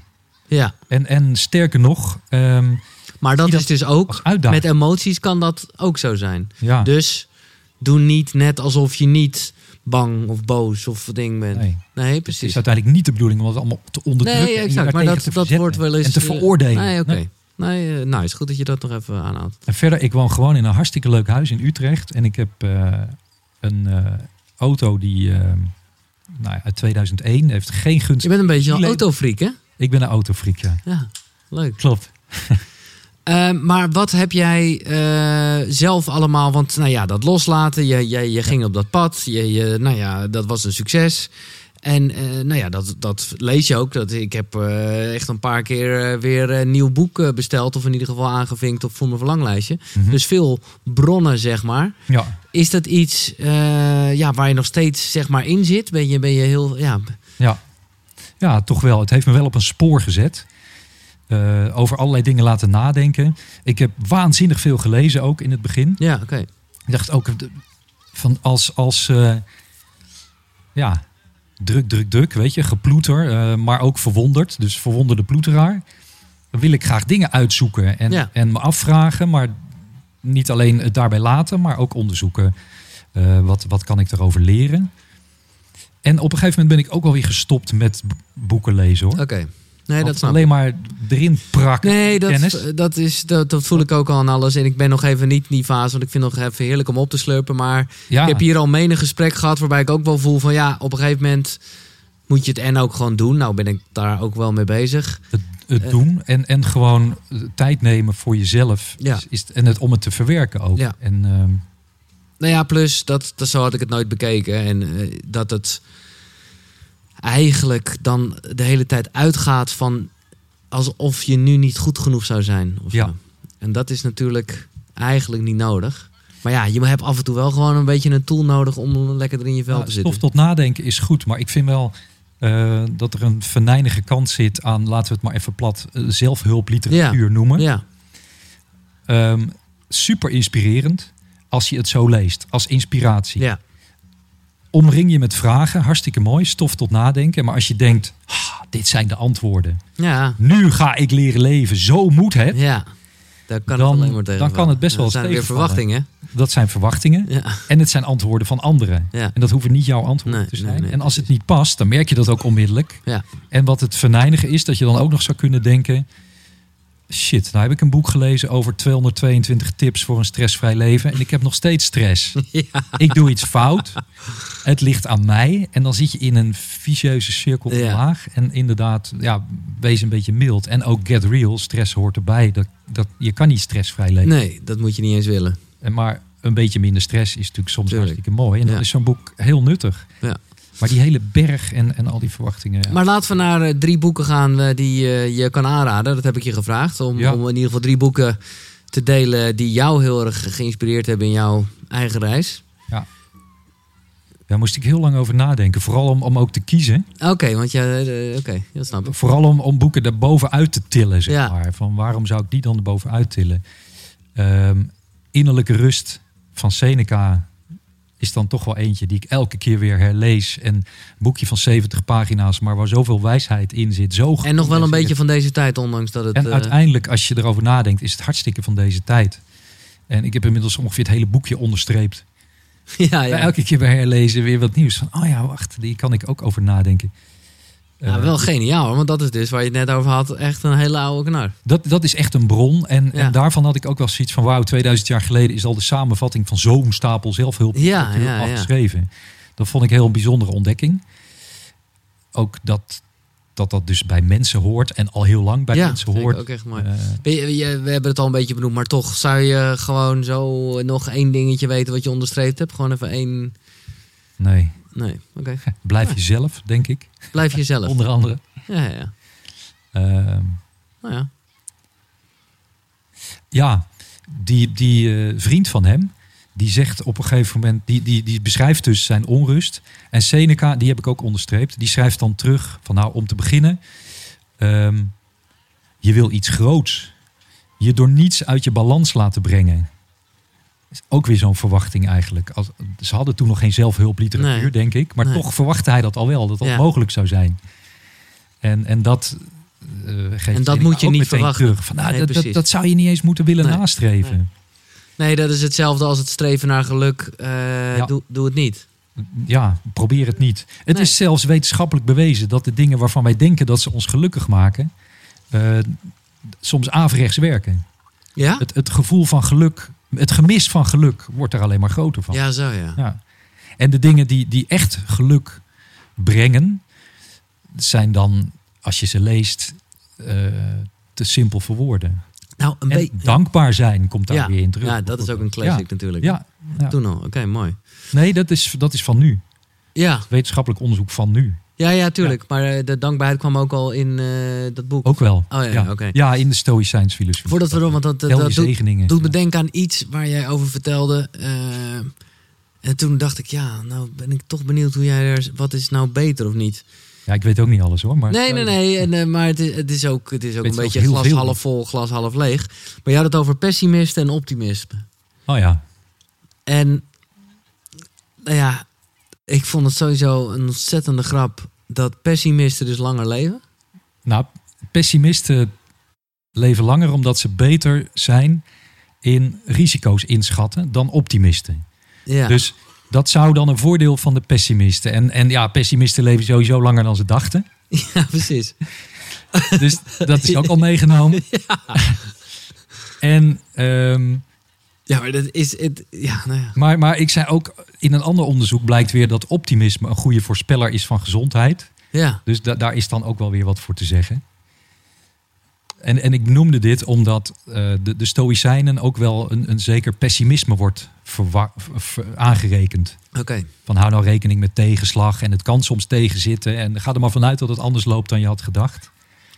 A: ja.
B: En, en sterker nog, ehm,
A: Maar dat
B: Zie
A: is dus ook,
B: als Ah. uitdaging.
A: met emoties kan dat ook zo zijn.
B: ja,
A: Dus doe niet net alsof je niet bang of boos of ding bent. Nee,
B: nee. Het
A: precies.
B: is uiteindelijk niet de bedoeling om het allemaal te onderdrukken.
A: Nee,
B: en je
A: exact. Maar
B: daartegen
A: dat,
B: te
A: dat
B: verzetten
A: wordt wel eens...
B: En te
A: eh,
B: veroordelen.
A: Nee, oké.
B: Nee.
A: Nee, eh, nou, is goed dat je dat nog even aanhaalt.
B: En verder, ik woon gewoon in een hartstikke leuk huis in Utrecht. En ik heb eh, een eh, auto die eh, nou ja, uit 2001 heeft geen gunst.
A: Je bent een beetje een
B: Chile-
A: autofreak, hè?
B: Ik ben een autofreak, ja.
A: Ja, leuk.
B: Klopt.
A: Eh, maar wat heb jij eh, zelf allemaal... Want nou ja, dat loslaten, je, je, je ging op dat pad. Je, je, nou ja, dat was een succes. En eh, nou ja, dat, dat lees je ook. Dat, ik heb eh, echt een paar keer eh, weer een nieuw boek eh, besteld. Of in ieder geval aangevinkt op voor mijn verlanglijstje.
B: Mhm.
A: Dus veel bronnen, zeg maar.
B: Ja,
A: Is dat iets eh, ja, waar je nog steeds zeg maar, in zit? Ben je, ben je heel... Ja,
B: ja. ja, toch wel. Het heeft me wel op een spoor gezet. Eh, over allerlei dingen laten nadenken. Ik heb waanzinnig veel gelezen ook in het begin.
A: ja oké.
B: Ik dacht ook de- van als, als eh, ja, druk, druk, druk, weet je, geploeter, eh, maar ook verwonderd, dus verwonderde ploeteraar. Dan wil ik graag dingen uitzoeken en,
A: Ja.
B: en me afvragen, maar niet alleen het daarbij laten, maar ook onderzoeken. eh, wat, wat kan ik daarover leren? En op een gegeven moment ben ik ook alweer gestopt met b- boeken lezen hoor.
A: Oké. Nee, dat
B: Want
A: snap ik.
B: alleen maar erin prakken.
A: Nee,
B: kennis.
A: dat, eh, dat, is, dat, dat voel ik ook al aan alles. En ik ben nog even niet in die fase, want ik vind het nog even heerlijk om op te slurpen. Maar
B: ja,
A: ik heb hier al menig gesprek gehad waarbij ik ook wel voel van ja, op een gegeven moment moet je het en ook gewoon doen. Nou ben ik daar ook wel mee bezig.
B: Het, het
A: Eh.
B: doen en, en gewoon eh, tijd nemen voor jezelf.
A: Ja.
B: Is, is, en het om het te verwerken ook.
A: Ja.
B: En, ehm,
A: Nou ja, plus, dat, dat, zo had ik het nooit bekeken. En eh, dat het eigenlijk dan de hele tijd uitgaat van alsof je nu niet goed genoeg zou zijn. Of
B: Ja.
A: zo. En dat is natuurlijk eigenlijk niet nodig. Maar ja, je hebt af en toe wel gewoon een beetje een tool nodig om lekker er in je vel
B: Nou,
A: te zitten.
B: stof tot nadenken is goed, maar ik vind wel eh, dat er een venijnige kant zit aan, laten we het maar even plat, eh, zelfhulpliteratuur noemen.
A: Ja,
B: Ehm, super inspirerend als je het zo leest, als inspiratie.
A: ja.
B: Omring je met vragen, hartstikke mooi, stof tot nadenken. Maar als je denkt, "Ah, dit zijn de antwoorden.
A: Ja,
B: Nu ga ik leren leven, zo moet het.
A: ja. Daar kan
B: Dan-
A: het alleen maar
B: dan
A: tegen.
B: kan het best wel eens
A: zijn er weer
B: tegenvallen.
A: verwachtingen.
B: Dat zijn verwachtingen
A: Ja.
B: en het zijn antwoorden van anderen.
A: Ja.
B: En dat hoeven niet jouw antwoorden
A: Nee,
B: te
A: nee,
B: zijn.
A: nee,
B: en als het niet past, dan merk je dat ook onmiddellijk.
A: Ja.
B: En wat het venijnige is, dat je dan ook nog zou kunnen denken... Shit, nou heb ik een boek gelezen over 222 tips voor een stressvrij leven. En ik heb nog steeds stress.
A: Ja.
B: Ik doe iets fout. Het ligt aan mij. En dan zit je in een vicieuze cirkel
A: Ja.
B: omlaag. En inderdaad, ja, wees een beetje mild. En ook get real, stress hoort erbij. Dat, dat, je kan niet stressvrij leven.
A: Nee, dat moet je niet eens willen.
B: En Eh, maar een beetje minder stress is natuurlijk soms
A: Tuurlijk.
B: hartstikke mooi. En dan
A: Ja.
B: is zo'n boek heel nuttig.
A: Ja.
B: Maar die hele berg en, en al die verwachtingen. ja.
A: Maar laten we naar eh, drie boeken gaan eh, die eh, je kan aanraden. Dat heb ik je gevraagd. Om,
B: Ja.
A: om in ieder geval drie boeken te delen die jou heel erg geïnspireerd hebben in jouw eigen reis.
B: Daar moest ik heel lang over nadenken. Vooral om, om ook te kiezen.
A: Oké, want ja, eh, oké, dat snap ik.
B: Vooral om, om boeken daarbovenuit te tillen, zeg
A: Ja.
B: maar. Van waarom zou ik die dan erbovenuit tillen? Ehm, Innerlijke rust van Seneca is dan toch wel eentje die ik elke keer weer herlees. En een boekje van 70 pagina's, maar waar zoveel wijsheid in zit. Zo
A: En nog wel een
B: gecondenseerd.
A: beetje van deze tijd, ondanks dat het...
B: En
A: eh,
B: uiteindelijk, als je erover nadenkt, is het hartstikke van deze tijd. En ik heb inmiddels ongeveer het hele boekje onderstreept.
A: ja,
B: Bij
A: ja.
B: Elke keer weer herlezen, weer wat nieuws. Van, oh ja, wacht, die kan ik ook over nadenken.
A: Ja,
B: Eh,
A: Nou, wel geniaal, hoor, want dat is dus waar je het net over had. Echt een hele oude knar.
B: dat, dat is echt een bron. En,
A: Ja.
B: en daarvan had ik ook wel zoiets van... wauw, 2000 jaar geleden is al de samenvatting van zo'n stapel zelfhulp
A: Ja,
B: natuurlijk
A: ja,
B: al
A: ja.
B: geschreven. Dat vond ik heel een bijzondere ontdekking. Ook dat dat, dat dus bij mensen hoort en al heel lang bij
A: ja,
B: mensen
A: vind ik
B: hoort.
A: ook echt mooi.
B: Eh,
A: Ben je- je- we hebben het al een beetje benoemd, maar toch zou je gewoon zo nog één dingetje weten wat je onderstreept hebt. Gewoon even één...
B: nee,
A: Nee, oké.
B: blijf jezelf, denk ik.
A: Blijf jezelf.
B: Onder andere.
A: Ja, ja, ja.
B: Ehm,
A: Nou ja.
B: ja, die, die eh, vriend van hem, die zegt op een gegeven moment, die, die, die beschrijft dus zijn onrust. En Seneca, die heb ik ook onderstreept, die schrijft dan terug van nou, om te beginnen, ehm, je wil iets groots. Je door niets uit je balans laten brengen. Is Ook weer zo'n verwachting eigenlijk. Als, ze hadden toen nog geen zelfhulpliteratuur,
A: Nee.
B: denk ik. Maar
A: Nee.
B: toch verwachtte hij dat al wel, dat dat
A: Ja.
B: mogelijk zou zijn. En, en dat eh, geeft
A: En dat
B: Seneca
A: moet je
B: ook
A: niet
B: meteen
A: verwachten.
B: terug. Van, nou,
A: Nee,
B: dat- dat,
A: precies.
B: dat, zou je niet eens moeten willen
A: Nee.
B: nastreven.
A: Nee, dat is hetzelfde als het streven naar geluk. Eh,
B: Ja.
A: doe, doe het niet.
B: Ja, probeer het niet. Het
A: Nee.
B: is zelfs wetenschappelijk bewezen dat de dingen waarvan wij denken dat ze ons gelukkig maken, eh, soms averechts werken.
A: Ja?
B: Het, het gevoel van geluk, het gemis van geluk, wordt er alleen maar groter van.
A: Ja, zo ja.
B: Ja. En de dingen die, die echt geluk brengen, zijn dan, als je ze leest, eh, te simpel voor woorden.
A: Nou, een
B: En
A: beetje.
B: dankbaar zijn komt daar
A: Ja.
B: weer in terug.
A: Ja, dat is ook een classic natuurlijk.
B: Ja, ja.
A: Toen al. Oké, mooi.
B: nee, dat is, dat is van nu.
A: Ja,
B: Wetenschappelijk onderzoek van nu.
A: ja, ja, tuurlijk. Maar eh, de dankbaarheid kwam ook al in eh, dat boek.
B: Ook wel.
A: Oh ja, oké.
B: Ja, in de Stoïcijns filosofie.
A: Voordat we door, want dat, dat,
B: Tel je
A: dat doet,
B: zegeningen.
A: doet me
B: Ja.
A: denken aan iets waar jij over vertelde. eh, en toen dacht ik, ja, nou ben ik toch benieuwd hoe jij er. Wat is nou beter of niet?
B: Ja, ik weet ook niet alles hoor. Maar
A: Nee, nee, nee. En, eh, maar het is, het is ook, het is ook
B: Weet
A: een
B: je wel,
A: beetje
B: heel
A: glas
B: veel.
A: half vol, glas half leeg. Maar je had het over pessimist en optimist.
B: Oh ja.
A: En nou ja, ik vond het sowieso een ontzettende grap dat pessimisten dus langer leven.
B: Nou, pessimisten leven langer omdat ze beter zijn in risico's inschatten dan optimisten.
A: Ja,
B: Dus dat zou dan een voordeel van de pessimisten. En, en ja, pessimisten leven sowieso langer dan ze dachten.
A: ja precies.
B: Dus dat is ook al meegenomen. En, ehm,
A: Ja, maar dat is het. Ja, nou ja.
B: maar, maar ik zei ook, in een ander onderzoek blijkt weer dat optimisme een goede voorspeller is van gezondheid.
A: Ja,
B: Dus da- daar is dan ook wel weer wat voor te zeggen. En, en ik noemde dit omdat eh, de, de Stoïcijnen ook wel een, een zeker pessimisme wordt verwa- ver- ver- aangerekend.
A: oké.
B: Van hou nou rekening met tegenslag en het kan soms tegenzitten. En ga er maar vanuit dat het anders loopt dan je had gedacht.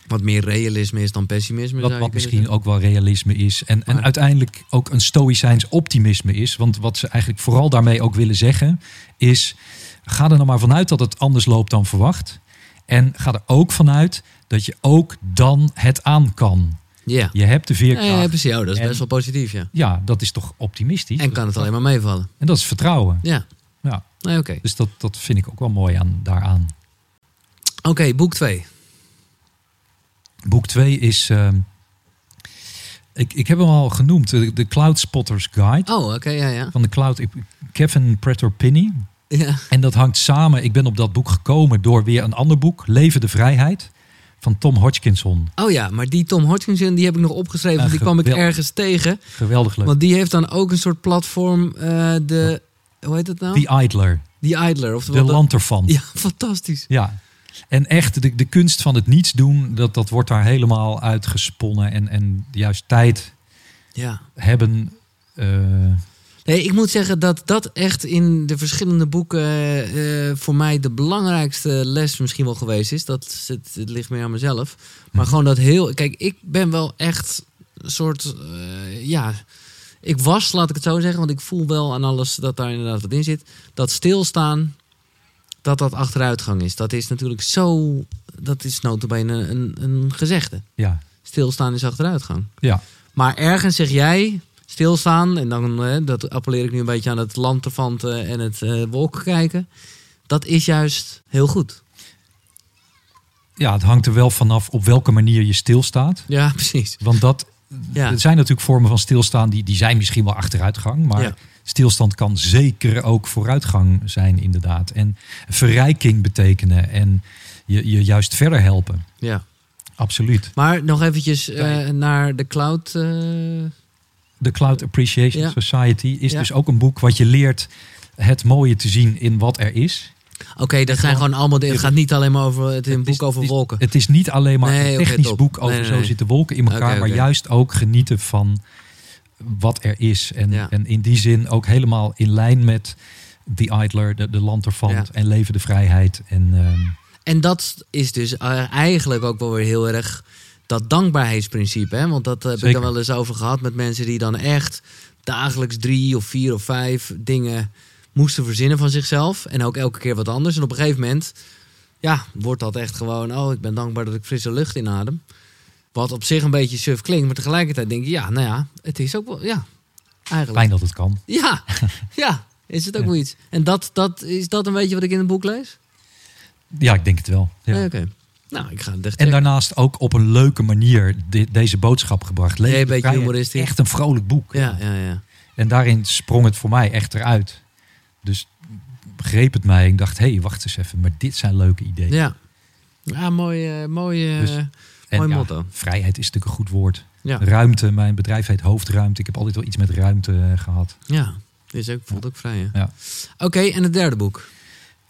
A: Wat meer realisme is dan pessimisme.
B: Wat,
A: zou je
B: wat
A: kunnen
B: misschien
A: zeggen.
B: ook wel realisme is. En, en
A: Maar-
B: uiteindelijk ook een stoïcijns optimisme is. Want wat ze eigenlijk vooral daarmee ook willen zeggen is... ga er nou maar vanuit dat het anders loopt dan verwacht. En ga er ook vanuit dat je ook dan het aan kan.
A: Ja.
B: Je hebt de
A: Ja,
B: veerkracht.
A: ja, precies. Oh, dat is
B: En-
A: best wel positief, ja.
B: Ja, dat is toch optimistisch?
A: En kan het alleen maar meevallen.
B: En dat is vertrouwen.
A: Ja.
B: Ja.
A: Nee, oké.
B: Dus dat, dat vind ik ook wel mooi aan, daaraan.
A: Oké, boek 2.
B: Boek 2 is... ehm, ik, ik heb hem al genoemd. De, de Cloud Spotters Guide.
A: Oh, oké, ja, ja.
B: Van de Cloud... Kevin Pretor-Pinney.
A: Ja,
B: En dat hangt samen. Ik ben op dat boek gekomen door weer een ander boek. Leven de Vrijheid. Van Tom Hodgkinson.
A: Oh ja, maar die Tom Hodgkinson die heb ik nog opgeschreven.
B: Ja,
A: want die kwam ik
B: geweldig.
A: ergens tegen.
B: Geweldig leuk.
A: Want die heeft dan ook een soort platform. eh, de, hoe heet dat nou? Die,
B: The Idler.
A: Idler. Of
B: De lanterfant.
A: Ja, fantastisch.
B: Ja. En echt, de, de kunst van het niets doen, dat, dat wordt daar helemaal uitgesponnen. En, en juist tijd
A: Ja.
B: hebben. eh,
A: Nee, ik moet zeggen dat dat echt in de verschillende boeken eh, voor mij de belangrijkste les misschien wel geweest is. Dat is- het, het ligt meer aan mezelf. Maar gewoon dat heel. Kijk, ik ben wel echt een soort. eh, ja. Ik was, laat ik het zo zeggen, want ik voel wel aan alles dat daar inderdaad wat in zit. Dat stilstaan, dat dat achteruitgang is. Dat is natuurlijk zo. Dat is notabene een, een gezegde.
B: ja,
A: Stilstaan is achteruitgang.
B: ja.
A: Maar ergens zeg jij stilstaan, en dan eh, dat appelleer ik nu een beetje aan het lanterfanten en het eh wolken kijken. Dat is juist heel goed.
B: ja, het hangt er wel vanaf op welke manier je stilstaat.
A: Ja, precies. Dus,
B: Want dat,
A: Ja.
B: er zijn natuurlijk vormen van stilstaan die, die zijn misschien wel achteruitgang. Maar
A: Ja.
B: stilstand kan zeker ook vooruitgang zijn, inderdaad. En verrijking betekenen en je, je juist verder helpen.
A: Ja.
B: Absoluut.
A: Maar nog eventjes eh,
B: Nee.
A: naar de cloud. eh,
B: The Cloud Appreciation
A: Ja.
B: Society is
A: Ja.
B: dus ook een boek wat je leert het mooie te zien in wat er is.
A: Oké, dat zijn gewoon allemaal. dingen. Het gaat niet alleen maar over. Het is een
B: Het is-
A: boek over
B: het is-
A: wolken.
B: Het is niet alleen maar
A: Nee,
B: een
A: oké,
B: technisch
A: top.
B: boek over
A: Nee, nee,
B: zo
A: nee.
B: zitten wolken in elkaar,
A: Oké, oké.
B: maar juist ook genieten van wat er is. En,
A: Ja.
B: en in die zin ook helemaal in lijn met The Idler, de, de Lanterfant
A: Ja.
B: en Leven de Vrijheid. En, ehm,
A: En dat is dus eh, eigenlijk ook wel weer heel erg dat dankbaarheidsprincipe. Hè? Want dat eh, heb
B: Zeker.
A: ik dan wel eens over gehad met mensen die dan echt dagelijks drie of vier of vijf dingen moesten verzinnen van zichzelf. En ook elke keer wat anders. En op een gegeven moment, ja, wordt dat echt gewoon, oh, ik ben dankbaar dat ik frisse lucht inadem. Wat op zich een beetje suf klinkt, maar tegelijkertijd denk je, ja, nou ja, het is ook wel, ja, eigenlijk.
B: fijn dat het kan.
A: Ja, ja, is het ook
B: Ja.
A: wel iets. En dat, dat, is dat een beetje wat ik in het boek lees?
B: Ja, ik denk het wel. Ja.
A: Eh, Oké. Nou, ik ga het echt
B: En daarnaast ook op een leuke manier de- deze boodschap gebracht. Leven
A: Nee,
B: de
A: een beetje
B: Vrijheid,
A: humoristisch.
B: Echt een vrolijk boek.
A: Ja, ja, ja.
B: En daarin sprong het voor mij echt eruit. Dus begreep het mij. Ik dacht, hé, hey, wacht eens even. Maar dit zijn leuke ideeën.
A: Ja, ja mooi, eh, mooi, eh,
B: Dus- En
A: mooi
B: ja,
A: motto.
B: Vrijheid is natuurlijk een goed woord.
A: Ja.
B: Ruimte, mijn bedrijf heet Hoofdruimte. Ik heb altijd wel iets met ruimte eh, gehad.
A: Ja, is ook, voelt ook vrij, hè?
B: Ja.
A: Oké, en het derde boek.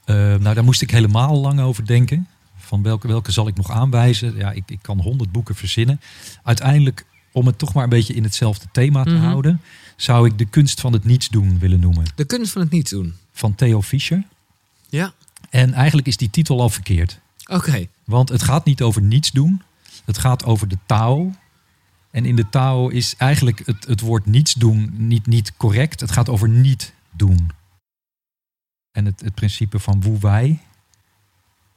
B: Eh, nou, daar moest ik helemaal lang over denken. Van welke, welke zal ik nog aanwijzen? Ja, ik, ik kan honderd boeken verzinnen. Uiteindelijk, om het toch maar een beetje in hetzelfde thema te
A: Mhm.
B: houden... zou ik De kunst van het niets doen willen noemen.
A: De kunst van het niet doen.
B: Van Theo Fischer.
A: Ja,
B: En eigenlijk is die titel al verkeerd.
A: oké.
B: Want het gaat niet over niets doen. Het gaat over de Tao. En in de Tao is eigenlijk het, het woord niets doen niet, niet correct. Het gaat over niet doen. En het, het principe van woe wij.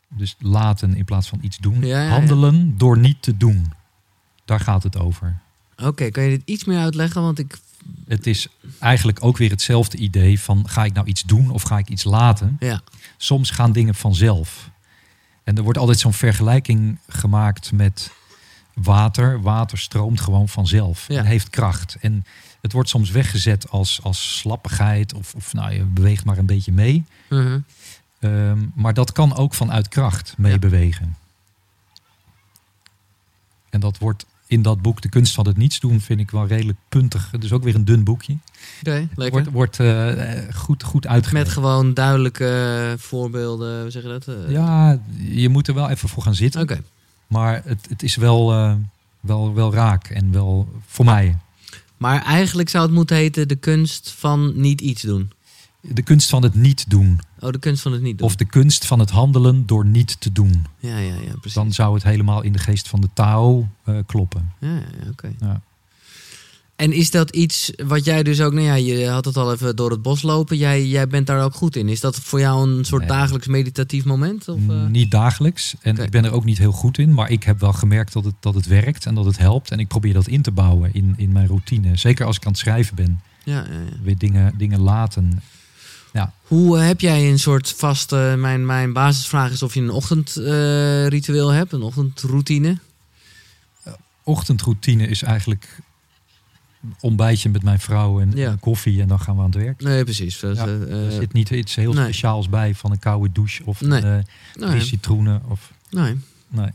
B: Dus laten in plaats van iets doen.
A: Ja, ja, ja.
B: Handelen door niet te doen. Daar gaat het over.
A: Oké, kan je dit iets meer uitleggen? Want ik...
B: Het is eigenlijk ook weer hetzelfde idee van ga ik nou iets doen of ga ik iets laten
A: Ja,
B: soms gaan dingen vanzelf. En er wordt altijd zo'n vergelijking gemaakt met water. Water stroomt gewoon vanzelf
A: Ja.
B: en heeft kracht. En het wordt soms weggezet als, als slappigheid of, of nou, je beweegt maar een beetje mee.
A: Mhm.
B: Ehm, maar dat kan ook vanuit kracht meebewegen. En dat wordt in dat boek, De kunst van het niets doen, vind ik wel redelijk puntig. Het is ook weer een dun boekje.
A: oké, lekker.
B: Wordt, wordt eh, goed, goed uitgelegd.
A: Met gewoon duidelijke eh, voorbeelden, hoe zeg je dat? Eh,
B: Ja, je moet er wel even voor gaan zitten.
A: Oké,
B: Maar het, het is wel, eh, wel, wel raak en wel voor mij.
A: maar eigenlijk zou het moeten heten de kunst van niet iets doen.
B: De kunst van het niet doen.
A: Oh, de kunst van het niet doen.
B: Of de kunst van het handelen door niet te doen.
A: Ja, ja, ja, precies.
B: Dan zou het helemaal in de geest van de Tao eh, kloppen.
A: Ja, ja, ja, oké.
B: Ja.
A: En is dat iets wat jij dus ook... Nou ja, je had het al even door het bos lopen. Jij, jij bent daar ook goed in. Is dat voor jou een soort
B: Nee.
A: dagelijks meditatief moment? Of, eh?
B: Niet dagelijks. En
A: Oké.
B: ik ben er ook niet heel goed in. Maar ik heb wel gemerkt dat het, dat het werkt en dat het helpt. En ik probeer dat in te bouwen in, in mijn routine. Zeker als ik aan het schrijven ben.
A: Ja, ja, ja.
B: Weer dingen, dingen laten.
A: Hoe eh, heb jij een soort vaste... Mijn, mijn basisvraag is of je een ochtendritueel hebt. Een ochtendroutine.
B: Ochtendroutine is eigenlijk een ontbijtje met mijn vrouw en
A: Ja.
B: en koffie. En dan gaan we aan het werk.
A: Nee, precies. Dat is,
B: Ja,
A: eh,
B: Er
A: eh,
B: zit niet iets heel
A: nee.
B: speciaals bij van een koude douche of
A: Nee.
B: een, eh,
A: nou ja.
B: drie citroenen. Of,
A: Nee.
B: nee.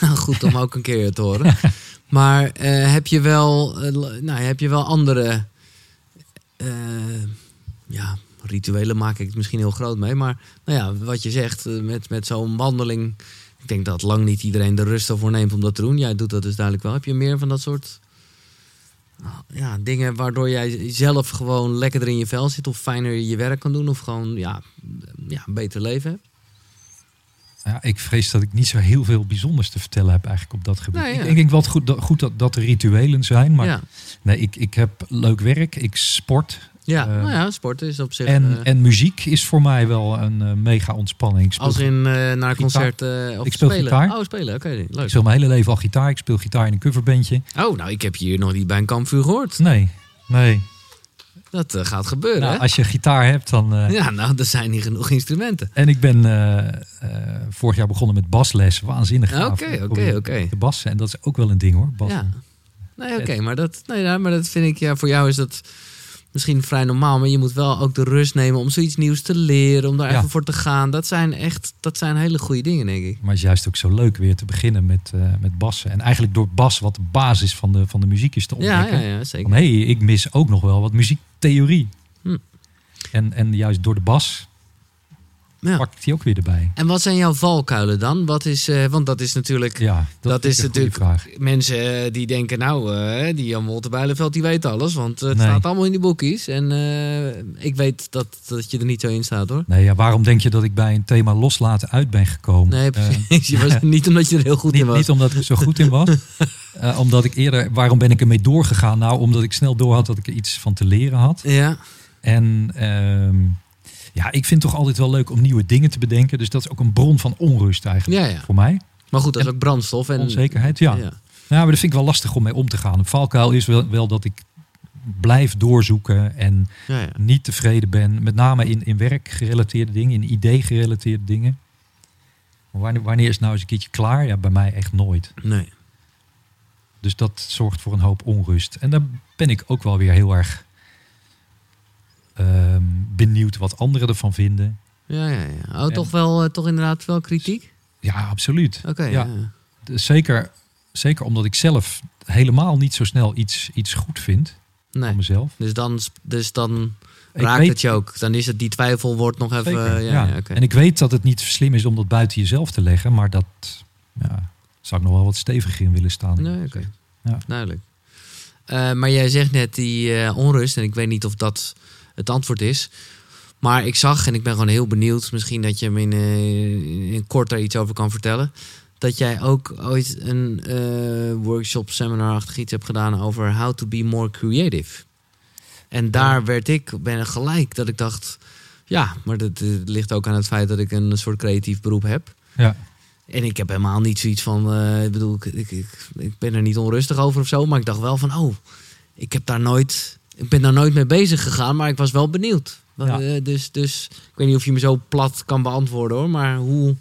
A: Goed om ook een keer te horen. Maar eh, heb, je wel, eh, l- nou, heb je wel andere eh, ja, rituelen? Maak ik het misschien heel groot mee. Maar nou ja, wat je zegt eh, met, met zo'n wandeling. Ik denk dat lang niet iedereen de rust ervoor neemt om dat te doen. Jij doet dat dus duidelijk wel. Heb je meer van dat soort nou, ja, dingen waardoor jij zelf gewoon lekkerder in je vel zit? Of fijner je werk kan doen? Of gewoon ja, ja, een beter leven hebt?
B: Ja, ik vrees dat ik niet zo heel veel bijzonders te vertellen heb eigenlijk op dat gebied.
A: Nee, ja.
B: ik, ik denk wel het goed, dat, goed dat, dat er rituelen zijn. Maar
A: ja,
B: nee, ik, ik heb leuk werk, ik sport.
A: ja.
B: eh,
A: nou ja, sporten is op zich...
B: en,
A: eh,
B: en muziek is voor mij wel een eh, mega ontspanning. Ik speel,
A: Als in eh, naar een
B: Gitaar.
A: concert eh, of
B: Ik speel
A: spelen?
B: gitaar.
A: Oh, spelen, oké.
B: ik
A: Leuk.
B: speel mijn hele leven al gitaar. Ik speel gitaar in een coverbandje.
A: Oh, nou, ik heb je hier nog niet bij een kampvuur gehoord.
B: Nee, nee.
A: Dat eh, gaat gebeuren,
B: Nou,
A: hè?
B: als je gitaar hebt, dan... eh,
A: Ja, nou, er zijn hier genoeg instrumenten.
B: En ik ben eh, eh, vorig jaar begonnen met basles. Waanzinnig gaaf.
A: Oké,
B: Nou, Ik
A: oké,
B: probeer
A: oké.
B: Te bassen. En dat is ook wel een ding hoor. Bassen.
A: Ja. Nee, oké, maar, dat, nee, ja, maar dat vind ik... Ja, voor jou is dat misschien vrij normaal. Maar je moet wel ook de rust nemen om zoiets nieuws te leren. Om daar
B: Ja.
A: even voor te gaan. Dat zijn echt dat zijn hele goede dingen, denk ik.
B: Maar het is juist ook zo leuk weer te beginnen met, eh, met bassen. En eigenlijk door bas, wat de basis van de, van de muziek is, te
A: Ja,
B: ontdekken.
A: ja, ja, zeker.
B: Van hé, hey, ik mis ook nog wel wat muziektheorie.
A: Hm.
B: En, en juist door de bas
A: Ja.
B: pak ik die ook weer erbij.
A: En wat zijn jouw valkuilen dan? Wat is, eh, want dat is natuurlijk...
B: Ja, dat,
A: Dat
B: vind ik
A: is
B: een goede
A: natuurlijk-
B: vraag.
A: mensen eh, die denken, nou, eh, die Jan Wolter Bijleveld, die weet alles. Want eh, het
B: Nee.
A: staat allemaal in die boekjes. En eh, ik weet dat, dat je er niet zo in staat, hoor.
B: Nee, ja, waarom denk je dat ik bij een thema loslaten uit ben gekomen?
A: Nee,
B: Eh,
A: precies. je was, niet omdat je er heel goed
B: niet,
A: in was.
B: niet omdat ik er zo goed in was. Eh, omdat ik eerder, waarom ben ik ermee doorgegaan? Nou, omdat ik snel door had dat ik er iets van te leren had.
A: Ja,
B: En ehm, ja, ik vind het toch altijd wel leuk om nieuwe dingen te bedenken. Dus dat is ook een bron van onrust eigenlijk
A: ja, ja.
B: voor mij.
A: Maar goed, dat is ook brandstof. En,
B: Onzekerheid, ja.
A: ja.
B: Nou, maar dat vind ik wel lastig om mee om te gaan. Een valkuil is wel, wel dat ik blijf doorzoeken en
A: Ja, ja.
B: niet tevreden ben. Met name in, in werkgerelateerde dingen, in idee-gerelateerde dingen. Maar Wanneer, wanneer is het nou eens een keertje klaar? Ja, bij mij echt nooit.
A: Nee.
B: Dus dat zorgt voor een hoop onrust. En daar ben ik ook wel weer heel erg ehm, benieuwd wat anderen ervan vinden.
A: Ja, ja, ja. Oh,
B: En-
A: toch wel, eh, toch inderdaad wel kritiek?
B: Ja, absoluut.
A: Oké,
B: Ja.
A: ja. ja.
B: Dus Zeker, zeker omdat ik zelf helemaal niet zo snel iets, iets goed vind
A: Nee.
B: van mezelf.
A: Dus dan, dus dan
B: Ik
A: raakt
B: weet-
A: het je ook. Dan is het die twijfel wordt nog even...
B: Zeker,
A: eh, ja,
B: ja.
A: ja, oké.
B: En ik weet dat het niet slim is om dat buiten jezelf te leggen, maar dat ja, zou ik nog wel wat steviger in willen staan.
A: Nee, oké.
B: Ja.
A: Duidelijk. Eh, maar jij zegt net die eh, onrust, en ik weet niet of dat het antwoord is. Maar ik zag, en ik ben gewoon heel benieuwd, misschien dat je me in, eh, in kort daar iets over kan vertellen. Dat jij ook ooit een eh, workshop, seminar-achtig iets hebt gedaan over how to be more creative. En daar werd ik ben gelijk dat ik dacht, ja, maar dat eh, ligt ook aan het feit dat ik een soort creatief beroep heb.
B: Ja.
A: En ik heb helemaal niet zoiets van, eh, ik bedoel, ik, ik, ik, ik ben er niet onrustig over of zo, maar ik dacht wel van, oh, ik heb daar nooit, ik ben daar nooit mee bezig gegaan, maar ik was wel benieuwd. Wa-
B: Ja.
A: eh, dus, dus ik weet niet of je me zo plat kan beantwoorden hoor, maar hoe,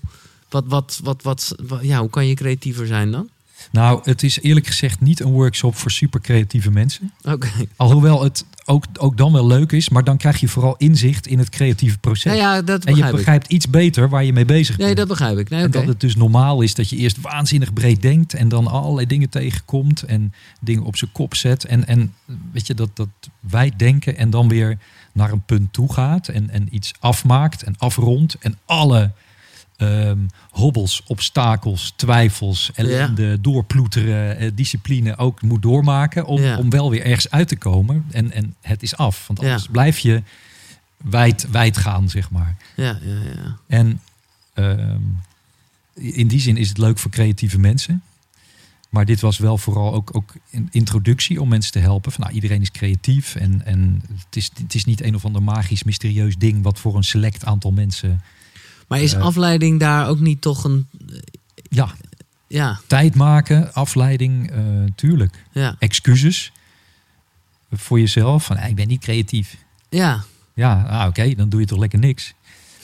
A: wat, wat, wat, wat, wa- ja, hoe kan je creatiever zijn dan?
B: Nou, het is eerlijk gezegd niet een workshop voor super creatieve mensen.
A: Oké,
B: Alhoewel het ook, ook dan wel leuk is, maar dan krijg je vooral inzicht in het creatieve proces.
A: nou ja, dat
B: en je
A: begrijp ik.
B: begrijpt iets beter waar je mee bezig bent.
A: Nee, dat begrijp ik. Nee, oké.
B: En dat het dus normaal is dat je eerst waanzinnig breed denkt en dan allerlei dingen tegenkomt en dingen op zijn kop zet. En, en weet je, dat, dat wij denken en dan weer naar een punt toe gaat en, en iets afmaakt en afrondt en alle ehm, hobbels, obstakels, twijfels, ellende, doorploeteren, eh, discipline ook moet doormaken om,
A: Ja.
B: om wel weer ergens uit te komen. En, en het is af, want
A: Ja.
B: anders blijf je wijd, wijd gaan, zeg maar.
A: Ja, ja, ja.
B: En ehm, in die zin is het leuk voor creatieve mensen. Maar dit was wel vooral ook, ook een introductie om mensen te helpen. Van, nou, iedereen is creatief en, en het, is, het is niet een of ander magisch, mysterieus ding... wat voor een select aantal mensen...
A: Maar is
B: Ja.
A: afleiding daar ook niet toch een...
B: Ja,
A: Ja,
B: tijd maken, afleiding, eh, tuurlijk.
A: ja,
B: Excuses voor jezelf. Van, eh, ik ben niet creatief.
A: ja.
B: Ja, ah, oké, dan doe je toch lekker niks.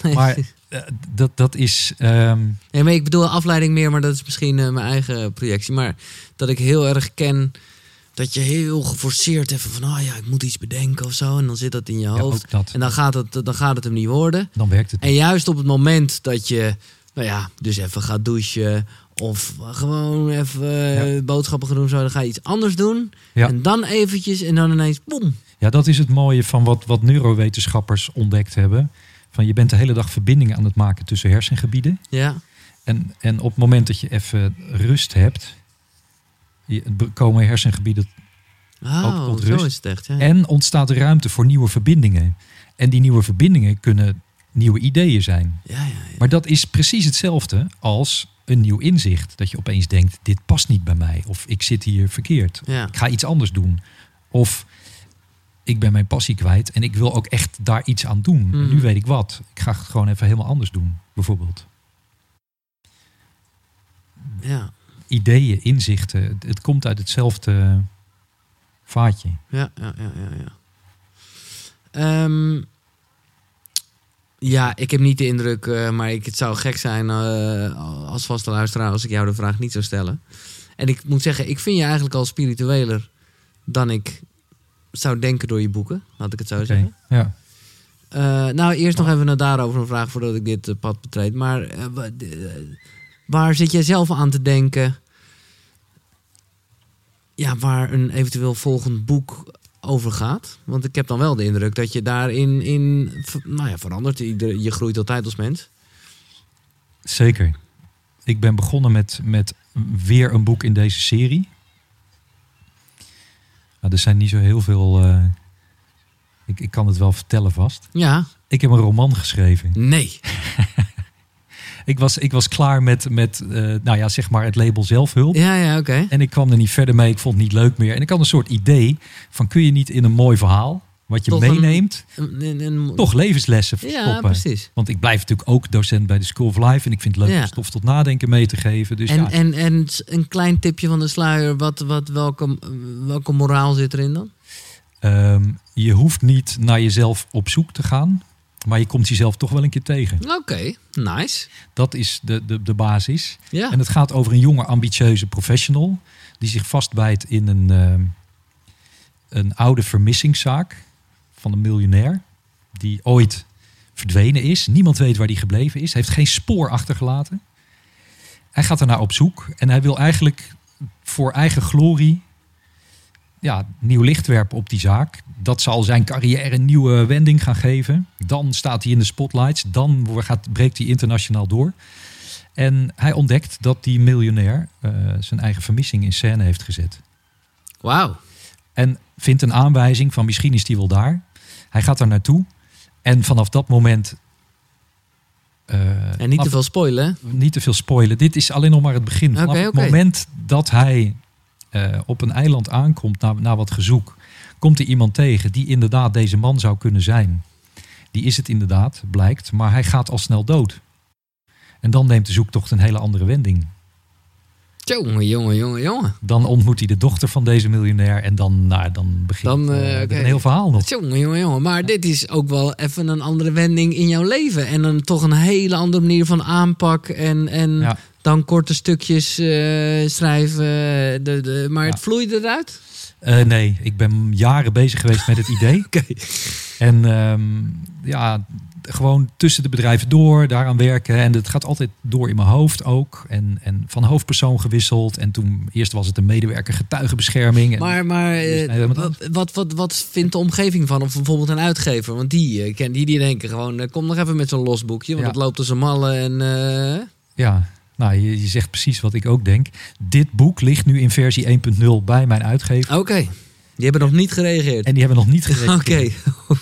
A: Nee,
B: Maar eh, dat, dat is... ehm,
A: Nee, maar ik bedoel afleiding meer, maar dat is misschien eh, mijn eigen projectie. Maar dat ik heel erg ken dat je heel geforceerd even van, oh ja, ik moet iets bedenken of zo. En dan zit dat in je
B: ja,
A: hoofd.
B: ook dat.
A: En dan gaat, het, dan gaat het hem niet worden.
B: Dan werkt het
A: En juist op het moment dat je, nou ja, dus even gaat douchen of gewoon even eh, boodschappen gaan doen, zo, dan ga je iets anders doen.
B: Ja.
A: En dan eventjes en dan ineens, boem.
B: Ja, dat is het mooie van wat, wat neurowetenschappers ontdekt hebben. Van je bent de hele dag verbindingen aan het maken tussen hersengebieden.
A: Ja,
B: En, en op het moment dat je even rust hebt, je- komen hersengebieden. Ook
A: oh,
B: tot
A: zo
B: rust.
A: is het echt. Ja.
B: En ontstaat er ruimte voor nieuwe verbindingen. En die nieuwe verbindingen kunnen nieuwe ideeën zijn.
A: Ja, ja, ja.
B: Maar dat is precies hetzelfde als een nieuw inzicht. Dat je opeens denkt, dit past niet bij mij. Of ik zit hier verkeerd.
A: ja.
B: ik ga iets anders doen. Of ik ben mijn passie kwijt en ik wil ook echt daar iets aan doen. En
A: Mhm.
B: nu weet ik wat. Ik ga het gewoon even helemaal anders doen, bijvoorbeeld.
A: ja.
B: Ideeën, inzichten, het, het komt uit hetzelfde vaatje.
A: Ja, ja, ja, ja. ja. Ehm, ja, ik heb niet de indruk, eh, maar ik, het zou gek zijn eh, als vaste luisteraar als ik jou de vraag niet zou stellen. En ik moet zeggen, ik vind je eigenlijk al spiritueler dan ik zou denken door je boeken, laat ik het zo
B: Oké,
A: zeggen.
B: Ja.
A: Eh, nou, eerst nog even naar daarover een vraag voordat ik dit eh, pad betreed. Maar eh, wa- de- eh, waar zit jij zelf aan te denken? Ja, waar een eventueel volgend boek over gaat? Want ik heb dan wel de indruk dat je daarin in, ver- nou ja, verandert. Ieder- Je groeit altijd als mens.
B: Zeker. Ik ben begonnen met, met weer een boek in deze serie. Nou, er zijn niet zo heel veel. eh, ik, ik kan het wel vertellen vast.
A: Ja,
B: Ik heb een roman geschreven.
A: nee.
B: Ik was, ik was klaar met, met eh, nou ja, zeg maar het label zelfhulp.
A: Ja, ja, oké.
B: En ik kwam er niet verder mee. Ik vond het niet leuk meer. En ik had een soort idee van kun je niet in een mooi verhaal, wat je
A: Toch een-
B: meeneemt,
A: Een- een- een-
B: toch levenslessen
A: Ja,
B: verstoppen.
A: precies.
B: Want ik blijf natuurlijk ook docent bij de School of Life. En ik vind het leuk
A: Ja.
B: om stof tot nadenken mee te geven. Dus
A: En,
B: ja,
A: en, en s- een klein tipje van de sluier, wat, wat, welke, welke moraal zit erin dan?
B: ehm, je hoeft niet naar jezelf op zoek te gaan. Maar je komt jezelf toch wel een keer tegen.
A: Oké, nice.
B: Dat is de, de, de basis.
A: Ja.
B: En het gaat over een jonge, ambitieuze professional. die zich vastbijt in een, ehm, een oude vermissingszaak. van een miljonair. die ooit verdwenen is. Niemand weet waar die gebleven is. Heeft geen spoor achtergelaten. Hij gaat ernaar op zoek. en hij wil eigenlijk voor eigen glorie. Ja, nieuw licht werpen op die zaak. Dat zal zijn carrière een nieuwe wending gaan geven. Dan staat hij in de spotlights. Dan wordt- gaat, breekt hij internationaal door. En hij ontdekt dat die miljonair eh, zijn eigen vermissing in scène heeft gezet.
A: Wauw.
B: En vindt een aanwijzing van misschien is die wel daar. Hij gaat daar naartoe. En vanaf dat moment. eh,
A: En niet
B: af-
A: te veel spoilen. hè?
B: niet te veel spoilen. Dit is alleen nog maar het begin. Vanaf
A: Oké,
B: het
A: oké.
B: moment dat hij eh, op een eiland aankomt na, na wat gezoek, komt hij iemand tegen die inderdaad deze man zou kunnen zijn. Die is het inderdaad, blijkt, maar hij gaat al snel dood. En dan neemt de zoektocht een hele andere wending.
A: Jongen, jongen, jongen, jongen.
B: Dan ontmoet hij de dochter van deze miljonair en dan, nou, dan begint
A: Dan, eh,
B: eh, er
A: oké.
B: een heel verhaal nog.
A: Jongen, jongen, jongen. Maar dit is ook wel even een andere wending in jouw leven. En dan toch een hele andere manier van aanpak. En, en
B: Ja.
A: dan korte stukjes eh, schrijven. De, de, maar het
B: Ja.
A: vloeide eruit.
B: Eh, nee, ik ben jaren bezig geweest met het idee.
A: Oké.
B: En ehm, ja, gewoon tussen de bedrijven door, daaraan werken. En het gaat altijd door in mijn hoofd ook. En, en van hoofdpersoon gewisseld. En toen, eerst was het een medewerker getuigenbescherming. En,
A: Maar, maar eh,
B: Nee, helemaal
A: wat, wat, wat, wat vindt de omgeving van? Of bijvoorbeeld een uitgever? Want die, eh, ken, die, die denken gewoon... eh, kom nog even met zo'n los boekje. Want
B: Ja.
A: het loopt als een malle. En, eh,
B: Ja, nou, je, je zegt precies wat ik ook denk. Dit boek ligt nu in versie 1.0 bij mijn uitgever.
A: Oké. Die hebben nog niet gereageerd.
B: En die hebben nog niet gereageerd.
A: Oké.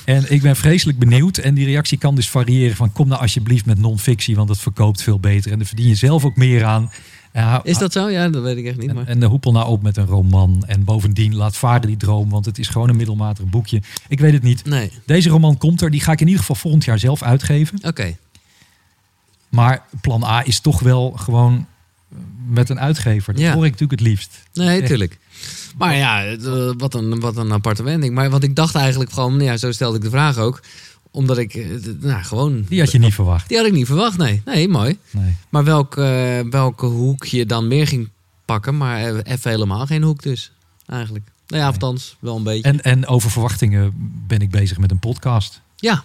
B: En ik ben vreselijk benieuwd. En die reactie kan dus variëren van kom nou alsjeblieft met non-fictie, want dat verkoopt veel beter. En daar verdien je zelf ook meer aan. Ja,
A: Is dat zo? Ja, dat weet ik echt niet.
B: en,
A: Maar.
B: en de hoepel nou op met een roman. En bovendien laat varen die droom, want het is gewoon een middelmatig boekje. Ik weet het niet.
A: Nee.
B: Deze roman komt er, die ga ik in ieder geval volgend jaar zelf uitgeven.
A: Oké.
B: Maar plan A is toch wel gewoon eh, met een uitgever. Dat
A: Ja.
B: hoor ik natuurlijk het liefst.
A: Nee,
B: Echt.
A: tuurlijk. Maar ja, het, eh, wat een, wat een aparte wending. Maar want ik dacht eigenlijk gewoon, nou ja, zo stelde ik de vraag ook. Omdat ik, eh, d- nou gewoon...
B: Die had je niet verwacht.
A: Die had ik niet verwacht, nee. Nee, mooi.
B: Nee.
A: Maar welk, eh, welke hoek je dan meer ging pakken. Maar eh, even helemaal geen hoek dus, eigenlijk. Nou ja, althans, wel een beetje.
B: En, en over verwachtingen ben ik bezig met een podcast.
A: Ja,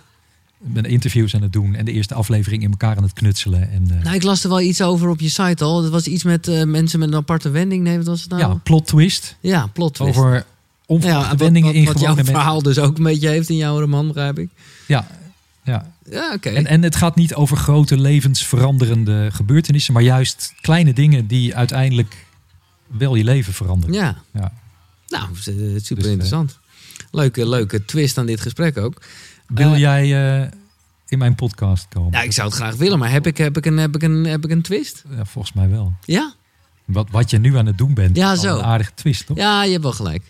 B: Ik ben interviews aan het doen en de eerste aflevering in elkaar aan het knutselen. En, eh,
A: nou ik las er wel iets over op je site al. Dat was iets met eh, mensen met een aparte wending. Nee, wat was het nou?
B: ja, plot twist.
A: ja plot twist.
B: Over
A: ja,
B: onverwachte
A: wat,
B: wendingen
A: wat,
B: in
A: wat
B: gewone
A: jouw
B: mensen.
A: verhaal dus ook een beetje heeft in jouw roman, begrijp ik.
B: Ja, ja.
A: Ja, oké.
B: En, en het gaat niet over grote levensveranderende gebeurtenissen, maar juist kleine dingen die uiteindelijk wel je leven veranderen.
A: Ja.
B: Ja. Dus, eh,
A: Nou, super interessant. Leuke, leuke twist aan dit gesprek ook.
B: Wil
A: Eh,
B: jij eh, in mijn podcast komen?
A: Ja, Nou, ik zou het graag willen, maar heb ik, heb ik, een, heb ik, een, heb ik een twist?
B: Ja, volgens mij wel.
A: Ja?
B: Wat, wat je nu aan het doen bent,
A: Ja,
B: is al
A: zo.
B: een aardige twist, toch?
A: Ja, je hebt wel gelijk.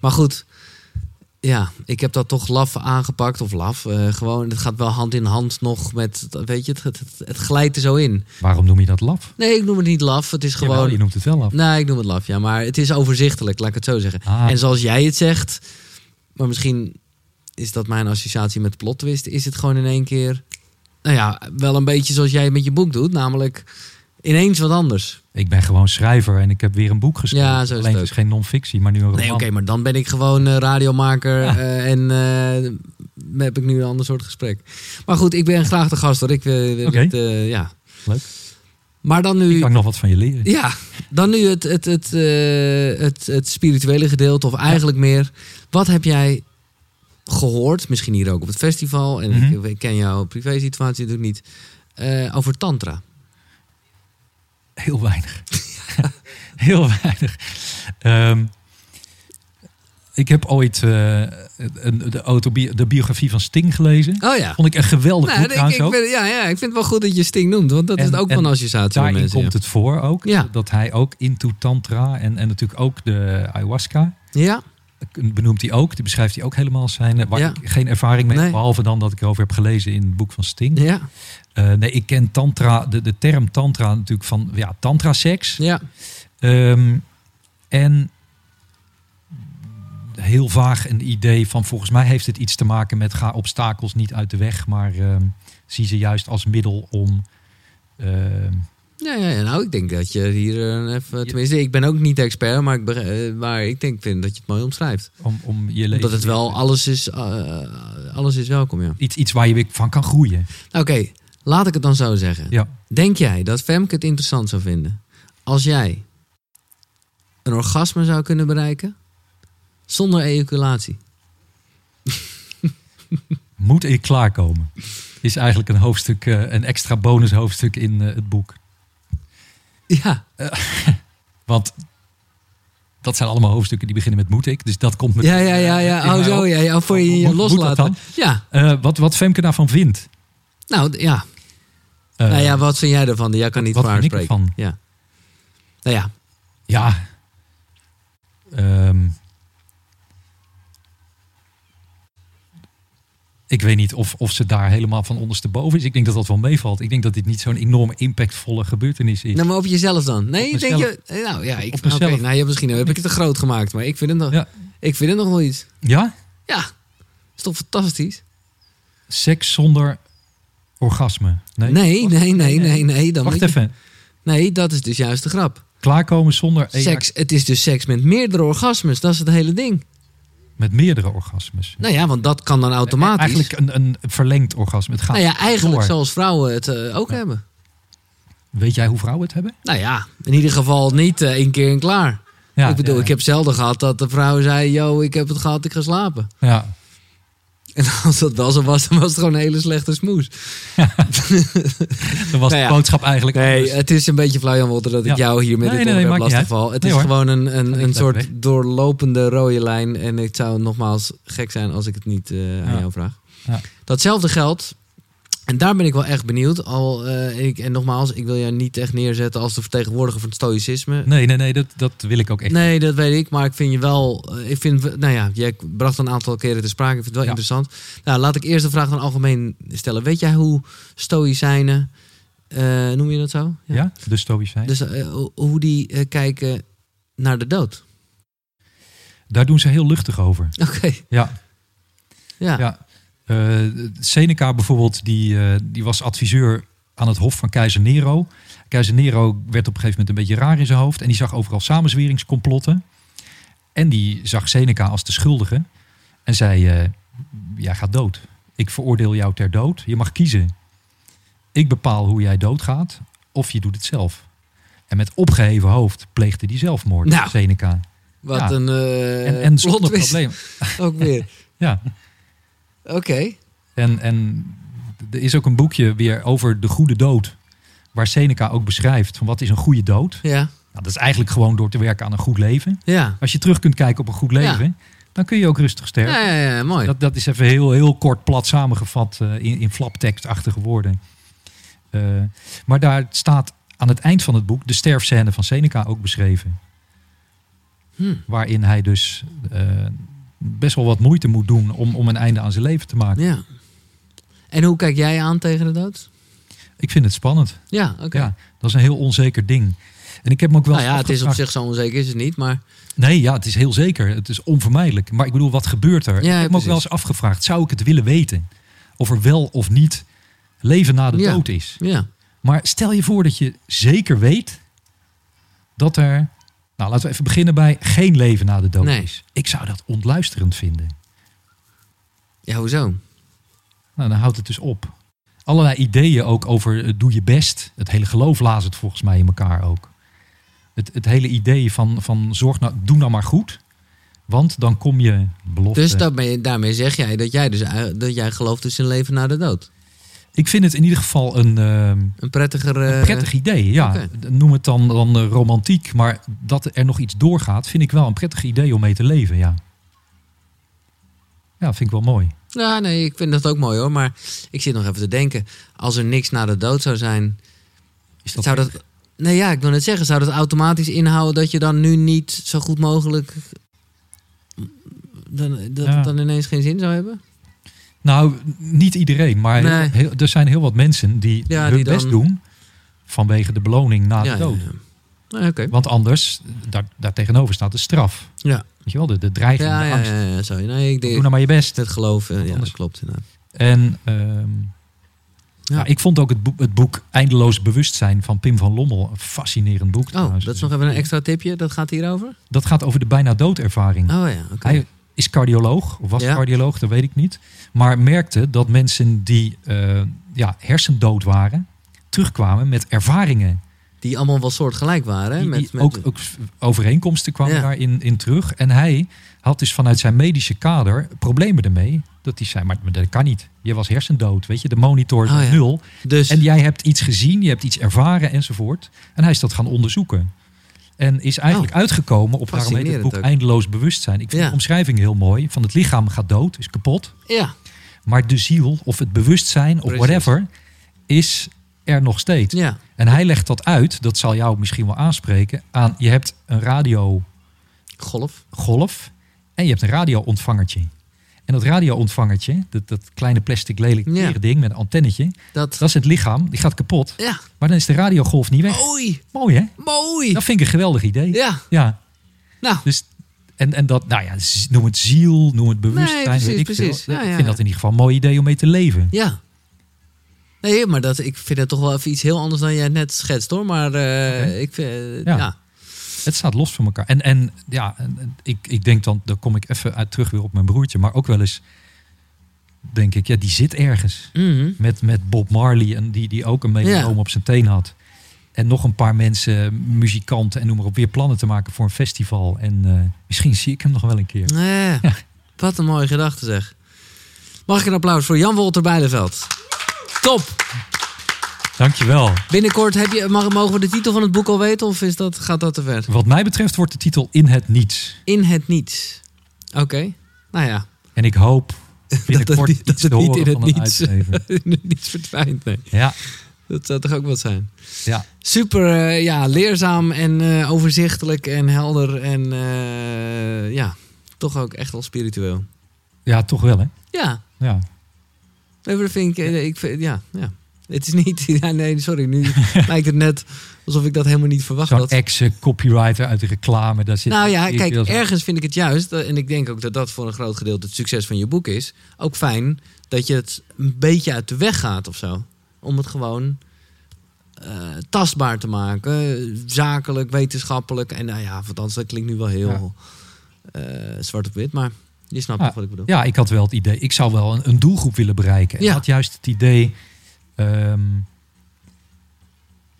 A: Maar goed, ja, ik heb dat toch laf aangepakt. Of laf, eh, gewoon, het gaat wel hand in hand nog met, dat- weet je, het, het, het- het glijdt er zo in.
B: Waarom noem je dat laf?
A: Nee, ik noem het niet laf, het is
B: Jawel,
A: gewoon...
B: je noemt het wel laf.
A: Nee, ik noem het laf, ja, maar het is overzichtelijk, laat ik het zo zeggen.
B: Ah.
A: En zoals jij het zegt, maar misschien is dat mijn associatie met plot twist, is het gewoon in één keer, nou ja, wel een beetje zoals jij het met je boek doet, namelijk ineens wat anders.
B: Ik ben gewoon schrijver en ik heb weer een boek geschreven.
A: Ja, zo is het
B: Alleen het is
A: ook.
B: geen non-fictie, maar nu een roman.
A: Nee, oké, maar dan ben ik gewoon eh, radiomaker eh, en eh, heb ik nu een ander soort gesprek. Maar goed, ik ben graag de gast hoor. Ik eh, wil
B: Oké.
A: het, eh, ja.
B: Leuk.
A: Maar dan
B: Ik
A: nu,
B: kan nog wat van je leren.
A: ja, dan nu het, het, het, eh, het, het spirituele gedeelte, of eigenlijk meer. Wat heb jij gehoord, misschien hier ook op het festival, en
B: Mhm.
A: ik, ik ken jouw privé situatie natuurlijk niet, eh, over tantra?
B: Heel weinig. Heel weinig. Ehm, ik heb ooit eh, een, de, autobi- de biografie van Sting gelezen.
A: Oh ja.
B: Vond ik een geweldig
A: Nou,
B: boek
A: ik, ik,
B: trouwens ook.
A: vind- ja, ja, ik vind het wel goed dat je Sting noemt, want dat
B: En-
A: is ook
B: en
A: van associatie voor
B: Daarin
A: mensen.
B: komt het voor ook.
A: Ja.
B: Dat hij ook into tantra en, en natuurlijk ook de ayahuasca
A: ja. ja,
B: benoemt hij ook. Die beschrijft hij ook helemaal als zijn. eh, Waar
A: Ja.
B: ik geen ervaring mee heb,
A: Nee.
B: behalve dan dat ik erover heb gelezen in het boek van Sting.
A: ja,
B: Eh, nee, ik ken tantra, de, de term tantra natuurlijk van ja, tantra-seks.
A: ja.
B: Ehm, en heel vaag een idee van volgens mij heeft het iets te maken met ga obstakels niet uit de weg, maar ehm, zie ze juist als middel om. ehm,
A: Ja, ja, ja, nou, ik denk dat je hier eh, even... Tenminste, ik ben ook niet expert, maar ik, beg- eh, maar ik denk vind dat je het mooi omschrijft.
B: om, om je leven.
A: Omdat het wel alles is, eh, alles is welkom, ja.
B: Iets, iets waar je weer van kan groeien.
A: Nou, Oké, laat ik het dan zo zeggen.
B: Ja.
A: Denk jij dat Femke het interessant zou vinden als jij een orgasme zou kunnen bereiken zonder ejaculatie?
B: Moet ik klaarkomen? Is eigenlijk een hoofdstuk, eh, een extra bonus hoofdstuk in eh, het boek.
A: Ja,
B: Want dat zijn allemaal hoofdstukken die beginnen met moet ik. Dus dat komt met.
A: ja, ja, ja, ja.
B: in
A: Oh,
B: mij
A: zo,
B: op.
A: ja, ja. Voor je je
B: Moet- moet dat
A: loslaten.
B: dan?
A: Ja,
B: Eh, wat, wat Femke daarvan vindt.
A: nou, d- ja.
B: Eh,
A: nou ja, wat vind jij ervan? Jij kan niet
B: wat
A: voor haar
B: vind ik
A: spreken.
B: ervan?
A: Ja. Nou ja,
B: Ja. Ehm. ik weet niet of, of ze daar helemaal van ondersteboven is. Ik denk dat dat wel meevalt. Ik denk dat dit niet zo'n enorme impactvolle gebeurtenis is.
A: Nou, maar op jezelf dan? Nee,
B: Op
A: denk
B: mezelf.
A: je... eh, Nou ja, ik,
B: Op mezelf.
A: oké, nou, ja, misschien heb ik het te groot gemaakt, maar ik vind het nog,
B: Ja.
A: ik vind het nog wel iets.
B: Ja?
A: Ja, is toch fantastisch?
B: Seks zonder orgasme. Nee.
A: Nee, nee, nee, nee, nee. dan
B: Wacht
A: moet je-
B: even.
A: Nee, dat is dus juist de grap.
B: Klaarkomen zonder E ejac-
A: Seks, het is dus seks met meerdere orgasmes, dat is het hele ding.
B: met meerdere orgasmes.
A: Nou ja, want dat kan dan automatisch.
B: Eigenlijk een, een verlengd orgasme. Het gaat
A: nou ja, eigenlijk
B: door.
A: zoals vrouwen het eh, ook
B: Ja.
A: hebben.
B: Weet jij hoe vrouwen het hebben?
A: Nou ja, in ieder geval niet eh, één keer en klaar.
B: Ja,
A: ik bedoel,
B: ja,
A: ik heb zelden gehad dat de vrouw zei... yo, ik heb het gehad, ik ga slapen.
B: Ja.
A: En als dat wel zo was, dan was het gewoon een hele slechte smoes.
B: Dat was
A: Nou ja.
B: de boodschap eigenlijk.
A: Nee, eh-
B: anders.
A: het is een beetje flauw, Jan Wolter, dat ik
B: dus- Ja.
A: jou hier met
B: Nee,
A: dit
B: nee, nee,
A: onderwerp
B: maakt niet
A: lastig val. Het
B: Nee,
A: is
B: hoor.
A: gewoon een,
B: niet
A: een, een
B: lekker
A: soort
B: weg.
A: doorlopende rode lijn. En het zou nogmaals gek zijn als ik het niet eh, aan
B: Ja.
A: jou vraag.
B: Ja.
A: Datzelfde geldt, en daar ben ik wel echt benieuwd. Al, eh, ik, en nogmaals, ik wil jou niet echt neerzetten als de vertegenwoordiger van het stoïcisme.
B: nee, nee, nee, dat, dat wil ik ook echt.
A: Nee, dat weet ik. Maar ik vind je wel. eh, Ik vind, nou ja, jij bracht een aantal keren te sprake. Ik vind het wel
B: Ja.
A: interessant. Nou, laat ik eerst de vraag dan algemeen stellen. Weet jij hoe stoïcijnen, eh, noem je dat zo?
B: Ja, de stoïcijnen.
A: Dus eh, ho- hoe die eh, kijken naar de dood.
B: Daar doen ze heel luchtig over.
A: Oké,
B: Ja,
A: ja.
B: Ja. Eh, Seneca bijvoorbeeld, die, eh, die was adviseur aan het hof van keizer Nero. Keizer Nero werd op een gegeven moment een beetje raar in zijn hoofd. En die zag overal samenzweringscomplotten. En die zag Seneca als de schuldige. En zei, eh, jij gaat dood. Ik veroordeel jou ter dood. Je mag kiezen. Ik bepaal hoe jij doodgaat. Of je doet het zelf. En met opgeheven hoofd pleegde die zelfmoord,
A: Nou.
B: Seneca.
A: Wat
B: Ja.
A: een. eh
B: En, en zonder
A: plot twist
B: probleem.
A: Ook weer.
B: Ja.
A: Oké.
B: En, en er is ook een boekje weer over de goede dood. Waar Seneca ook beschrijft van wat is een goede dood.
A: Ja.
B: Nou, dat is eigenlijk gewoon door te werken aan een goed leven.
A: Ja.
B: Als je terug kunt kijken op een goed leven, dan kun je ook rustig sterven.
A: Ja, ja, ja, mooi.
B: Dat, dat is even heel, heel kort plat samengevat eh, in, in flaptekstachtige woorden. Eh, maar daar staat aan het eind van het boek de sterfscène van Seneca ook beschreven.
A: Hm.
B: Waarin hij dus eh, best wel wat moeite moet doen om, om een einde aan zijn leven te maken.
A: Ja. En hoe kijk jij aan tegen de dood?
B: Ik vind het spannend.
A: Ja, oké.
B: Ja, dat is een heel onzeker ding. En ik heb me ook wel
A: Nou ja,
B: eens
A: het is op
B: afgevraagd-
A: zich zo onzeker, is het niet, maar.
B: Nee, ja, het is heel zeker. Het is onvermijdelijk. Maar ik bedoel, wat gebeurt er? ik
A: ja,
B: heb me ook
A: precies.
B: wel eens afgevraagd, zou ik het willen weten? Of er wel of niet leven na de
A: Ja.
B: dood is.
A: Ja.
B: Maar stel je voor dat je zeker weet dat er... Nou, laten we even beginnen bij geen leven na de dood
A: Nee.
B: is. Ik zou dat ontluisterend vinden.
A: Ja, hoezo?
B: Nou, dan houdt het dus op. Allerlei ideeën ook over eh, doe je best. Het hele geloof laat het volgens mij in elkaar ook. Het, het hele idee van, van zorg nou, doe nou maar goed. Want dan kom je belofte.
A: Dus dat ben je- daarmee zeg jij dat jij, dus, eh, dat jij gelooft dus in leven na de dood.
B: Ik vind het in ieder geval een, eh,
A: Een prettiger... eh,
B: een prettig idee. Ja.
A: oké.
B: Noem het dan, dan eh, romantiek. Maar dat er nog iets doorgaat, vind ik wel een prettig idee om mee te leven. Ja, ja vind ik wel mooi.
A: Ja, nee, ik vind dat ook mooi hoor. Maar ik zit nog even te denken. Als er niks na de dood zou zijn,
B: Is dat
A: zou dat... Nee, ja, ik wil net zeggen. Zou dat automatisch inhouden dat je dan nu niet zo goed mogelijk... Dan, dat
B: Ja.
A: het dan ineens geen zin zou hebben?
B: Nou, niet iedereen, maar heel-
A: Nee.
B: heel- er zijn heel wat mensen die
A: Ja,
B: hun
A: die dan-
B: best doen vanwege de beloning na
A: ja,
B: de dood.
A: ja, ja. Nou, Oké.
B: Want anders, daar, daar tegenover staat de straf.
A: Ja.
B: Weet je wel, de, de dreiging,
A: Ja,
B: de
A: ja,
B: angst.
A: ja, ja, sorry. Nee, ik
B: Doe
A: denk...
B: nou maar je best.
A: Het geloof, eh, ja, dat
B: anders-
A: klopt inderdaad.
B: En ehm,
A: Ja.
B: ja, ik vond ook het boek, het boek Eindeloos Bewustzijn van Pim van Lommel een fascinerend boek.
A: Oh,
B: trouwens.
A: dat is nog even een extra tipje. Dat gaat hierover?
B: Dat gaat over de bijna doodervaring.
A: Oh ja, oké.
B: Hij is cardioloog, of was
A: Ja.
B: cardioloog, dat weet ik niet. Maar merkte dat mensen die eh, ja, hersendood waren, terugkwamen met ervaringen
A: Die allemaal wel soortgelijk waren. hè?
B: Die-
A: met,
B: die
A: met,
B: ook, ook overeenkomsten kwamen
A: Ja.
B: daarin in terug. En hij had dus vanuit zijn medische kader problemen ermee. Dat hij zei, maar, maar dat kan niet. Je was hersendood, weet je. De monitor is
A: Oh,
B: op
A: ja.
B: nul.
A: dus,
B: En jij hebt iets gezien, je hebt iets ervaren enzovoort. En hij is dat gaan onderzoeken. En is eigenlijk uitgekomen op daarom heet het
A: Oh. Fascinerend
B: boek
A: ook.
B: Eindeloos Bewustzijn. Ik vind
A: Ja.
B: de omschrijving heel mooi. Van het lichaam gaat dood, is kapot.
A: ja,
B: Maar de ziel of het bewustzijn of
A: Precies.
B: whatever is er nog steeds.
A: ja.
B: En hij legt dat uit, dat zal jou misschien wel aanspreken, aan je hebt een radiogolf
A: Golf.
B: en je hebt een radioontvangertje. En dat radioontvangertje, dat, dat kleine plastic lelijk
A: Ja.
B: leren ding met een antennetje,
A: Dat,
B: dat is het lichaam, die gaat kapot.
A: ja.
B: Maar dan is de radiogolf niet weg.
A: Mooi,
B: Mooi hè?
A: mooi.
B: Dat vind ik een geweldig idee.
A: Oh. Ja,
B: Ja,
A: nou,
B: dus en, en dat, nou ja, z- noem het ziel, noem het bewustzijn,
A: precies,
B: weet ik veel.
A: precies. Ja,
B: ik
A: ja,
B: vind
A: ja.
B: dat in ieder geval een mooi idee om mee te leven.
A: ja. Nee, maar dat, ik vind het toch wel even iets heel anders dan jij het net schetst hoor. Maar eh,
B: Oké.
A: ik vind, eh, ja.
B: Ja. Het staat los van elkaar. En, en ja, en- en ik, ik denk dan, daar kom ik even uit terug weer op mijn broertje. Maar ook wel eens, denk ik, ja, die zit ergens.
A: Mhm.
B: Met, met Bob Marley, en die, die ook een melanoom
A: Ja.
B: op zijn teen had. En nog een paar mensen, muzikanten en noem maar op, weer plannen te maken voor een festival. En eh, misschien zie ik hem nog wel een keer.
A: Nee. Wat een mooie gedachte zeg. Mag ik een applaus voor Jan Wolter Bijleveld? Top!
B: Dankjewel.
A: Binnenkort heb je, mag, mogen we de titel van het boek al weten of is dat, gaat dat te ver?
B: Wat mij betreft wordt de titel In het Niets.
A: In het niets. Oké, nou ja.
B: En ik hoop
A: dat
B: binnenkort
A: het niet- dat
B: iets
A: het
B: te
A: niet
B: horen
A: in
B: van
A: het
B: een
A: niets.
B: uitgever.
A: niets verdwijnt, nee.
B: Ja,
A: Dat zou toch ook wat zijn?
B: ja.
A: Super eh, ja, leerzaam en eh, overzichtelijk en helder en eh, ja, toch ook echt wel spiritueel.
B: ja, toch wel hè.
A: Ja,
B: Ja.
A: nee, maar dat vind ik, eh, ik vind, ja, ja. Het is niet, ja, nee, sorry, nu lijkt het net alsof ik dat helemaal niet verwacht
B: Zo'n
A: had.
B: ex-copywriter uit de reclame. Daar zit
A: Nou ja,
B: die-
A: kijk,
B: die-
A: ergens vind ik het juist, eh, en ik denk ook dat dat voor een groot gedeelte het succes van je boek is, ook fijn dat je het een beetje uit de weg gaat of zo. Om het gewoon eh, tastbaar te maken, zakelijk, wetenschappelijk. En nou ja, want anders dat klinkt nu wel heel eh, zwart op wit, maar je snapt toch wat ik bedoel.
B: Ja, ik had wel het idee. Ik zou wel een, een doelgroep willen bereiken.
A: Ja.
B: Ik had juist het idee. ehm,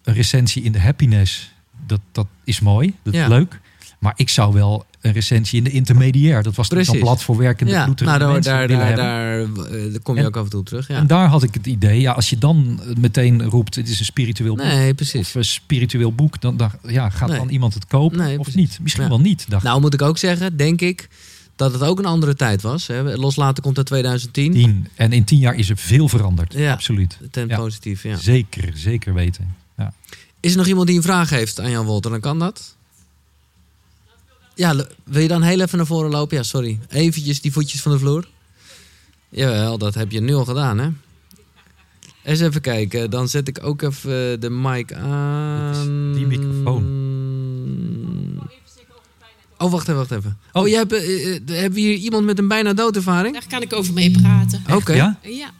B: een recensie in de happiness. Dat, dat is mooi. Dat
A: Ja.
B: is leuk. Maar ik zou wel een recensie in de intermediair. Dat was
A: Precies.
B: dan plat voor werkende
A: Ja, nou,
B: bloederige
A: daar,
B: mensen
A: daar,
B: willen
A: daar,
B: hebben.
A: daar, eh, daar kom je
B: En-
A: ook af en toe op terug. Ja.
B: En daar had ik het idee. Ja, als je dan eh, meteen roept. Het is een spiritueel boek.
A: Nee, precies.
B: Of een spiritueel boek. Dan, dan ja, gaat
A: Nee.
B: dan iemand het kopen
A: Nee,
B: of
A: precies.
B: niet. Misschien
A: Ja.
B: wel niet. Dacht
A: Nou moet ik ook zeggen, denk ik, dat het ook een andere tijd was. Hè. Loslaten komt uit 2010.
B: ik. Tien. En in tien jaar is er veel veranderd.
A: Ja.
B: Absoluut.
A: Ten
B: Ja.
A: positief, ja.
B: Zeker, zeker weten. Ja.
A: Is er nog iemand die een vraag heeft aan Jan Wolter? Dan kan dat. Ja, l- wil je dan heel even naar voren lopen? Ja, sorry. Eventjes die voetjes van de vloer. Jawel, dat heb je nu al gedaan, hè? Eens even kijken. Dan zet ik ook even eh, de mic aan.
B: Dit is die microfoon.
A: Oh, wacht even, wacht even. Oh, jij hebt, eh, eh, hebben we hier iemand met een bijna doodervaring?
C: Daar kan ik over mee praten.
A: Oké.
B: Ja?
C: Ja,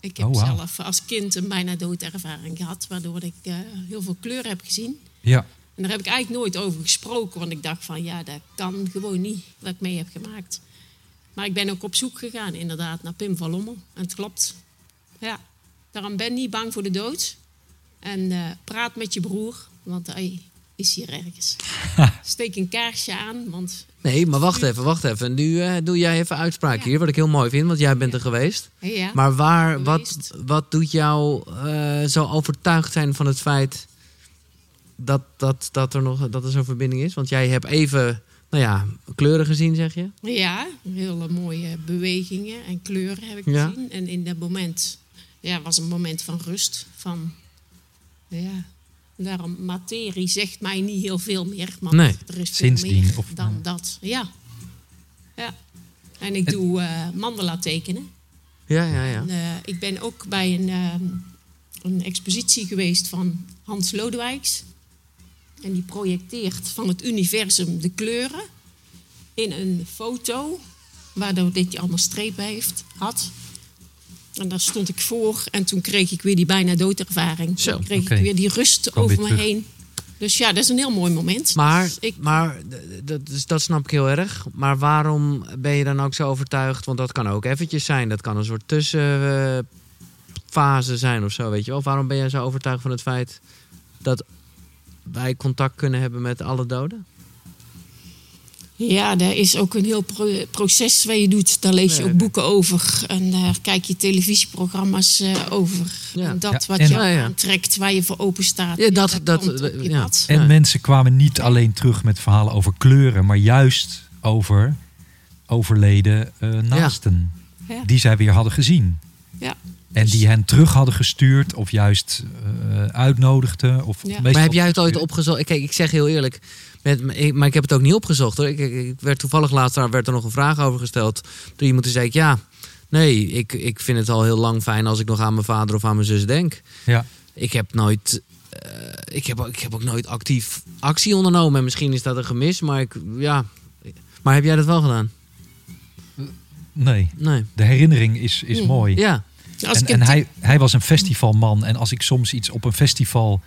C: ik heb
B: Oh, wauw.
C: zelf als kind een bijna doodervaring gehad, waardoor ik eh, heel veel kleur heb gezien.
B: Ja.
C: En daar heb ik eigenlijk nooit over gesproken, want ik dacht van ja, dat kan gewoon niet wat ik mee heb gemaakt. Maar ik ben ook op zoek gegaan, inderdaad, naar Pim van Lommel. En het klopt. Ja, daarom ben niet bang voor de dood. En eh, praat met je broer, want hij is hier ergens. Steek een kaarsje aan, want
A: Nee, maar wacht even, wacht even. Nu eh, doe jij even uitspraak
C: Ja.
A: hier, wat ik heel mooi vind, want jij bent er geweest.
C: ja,
A: Maar waar, wat,
C: Geweest.
A: wat doet jou eh, zo overtuigd zijn van het feit dat, dat, dat er nog dat er zo'n verbinding is? Want jij hebt even, nou ja, kleuren gezien, zeg je?
C: Ja, hele mooie bewegingen en kleuren heb ik
A: Ja.
C: gezien. En in dat moment ja, was een moment van rust. Van, ja, daarom, materie zegt mij niet heel veel meer. Maar
A: Nee,
C: er is veel
B: sindsdien,
C: meer
B: of-
C: dan dat. Ja. ja. En ik doe eh, mandala tekenen.
A: Ja, ja, ja.
C: En, eh, ik ben ook bij een, ehm, een expositie geweest van Hans Lodewijks. En die projecteert van het universum de kleuren in een foto, waardoor dit je allemaal strepen heeft, had. En daar stond ik voor en toen kreeg ik weer die bijna doodervaring.
A: Zo,
C: toen kreeg
B: oké.
C: ik weer die rust
B: Kwam
C: over
B: weer
C: me
B: terug.
C: heen. Dus ja, dat is een heel mooi moment.
A: Maar,
C: Dus ik,
A: maar d- d- dat, is- dat snap ik heel erg. Maar waarom ben je dan ook zo overtuigd? Want dat kan ook eventjes zijn. Dat kan een soort tussenfase zijn of zo, weet je wel. Waarom ben jij zo overtuigd van het feit dat wij contact kunnen hebben met alle doden?
C: Ja, daar is ook een heel pro- proces waar je doet. Daar lees je
A: Nee,
C: ook
A: nee.
C: boeken over. En daar kijk je televisieprogramma's eh, over.
A: Ja.
C: En dat
B: Ja,
C: wat
B: en-
C: je
A: Ja, ja.
C: aantrekt, waar je voor open staat.
A: Ja, dat- dat-
C: komt op je
A: ja.
C: pad.
B: En
A: Ja.
B: mensen kwamen niet alleen terug met verhalen over kleuren, maar juist over overleden eh, naasten.
C: Ja.
B: Die zij weer hadden gezien.
C: Ja.
B: En
A: Dus
B: die hen terug hadden gestuurd of juist eh, uitnodigden. Of,
C: Ja.
B: of
A: Maar
B: meestal-
A: heb jij het ooit opgezocht? Kijk, ik zeg heel eerlijk, met, ik- maar ik heb het ook niet opgezocht hoor. Ik, ik, ik werd toevallig laatst daar werd er nog een vraag over gesteld. Toen iemand die zei, ik, ja, nee, ik, ik vind het al heel lang fijn als ik nog aan mijn vader of aan mijn zus denk.
B: Ja.
A: Ik heb nooit, eh, ik, heb, ook- ik heb ook nooit actief actie ondernomen. En misschien is dat een gemis, maar ik, ja. Maar heb jij dat wel gedaan?
B: Nee,
A: Nee.
B: de herinnering is, is
C: Mm.
B: mooi.
A: Hmm. Ja,
C: Als
B: en
C: ik
B: en
C: het-
B: hij, hij was een festivalman. En als ik soms iets op een festival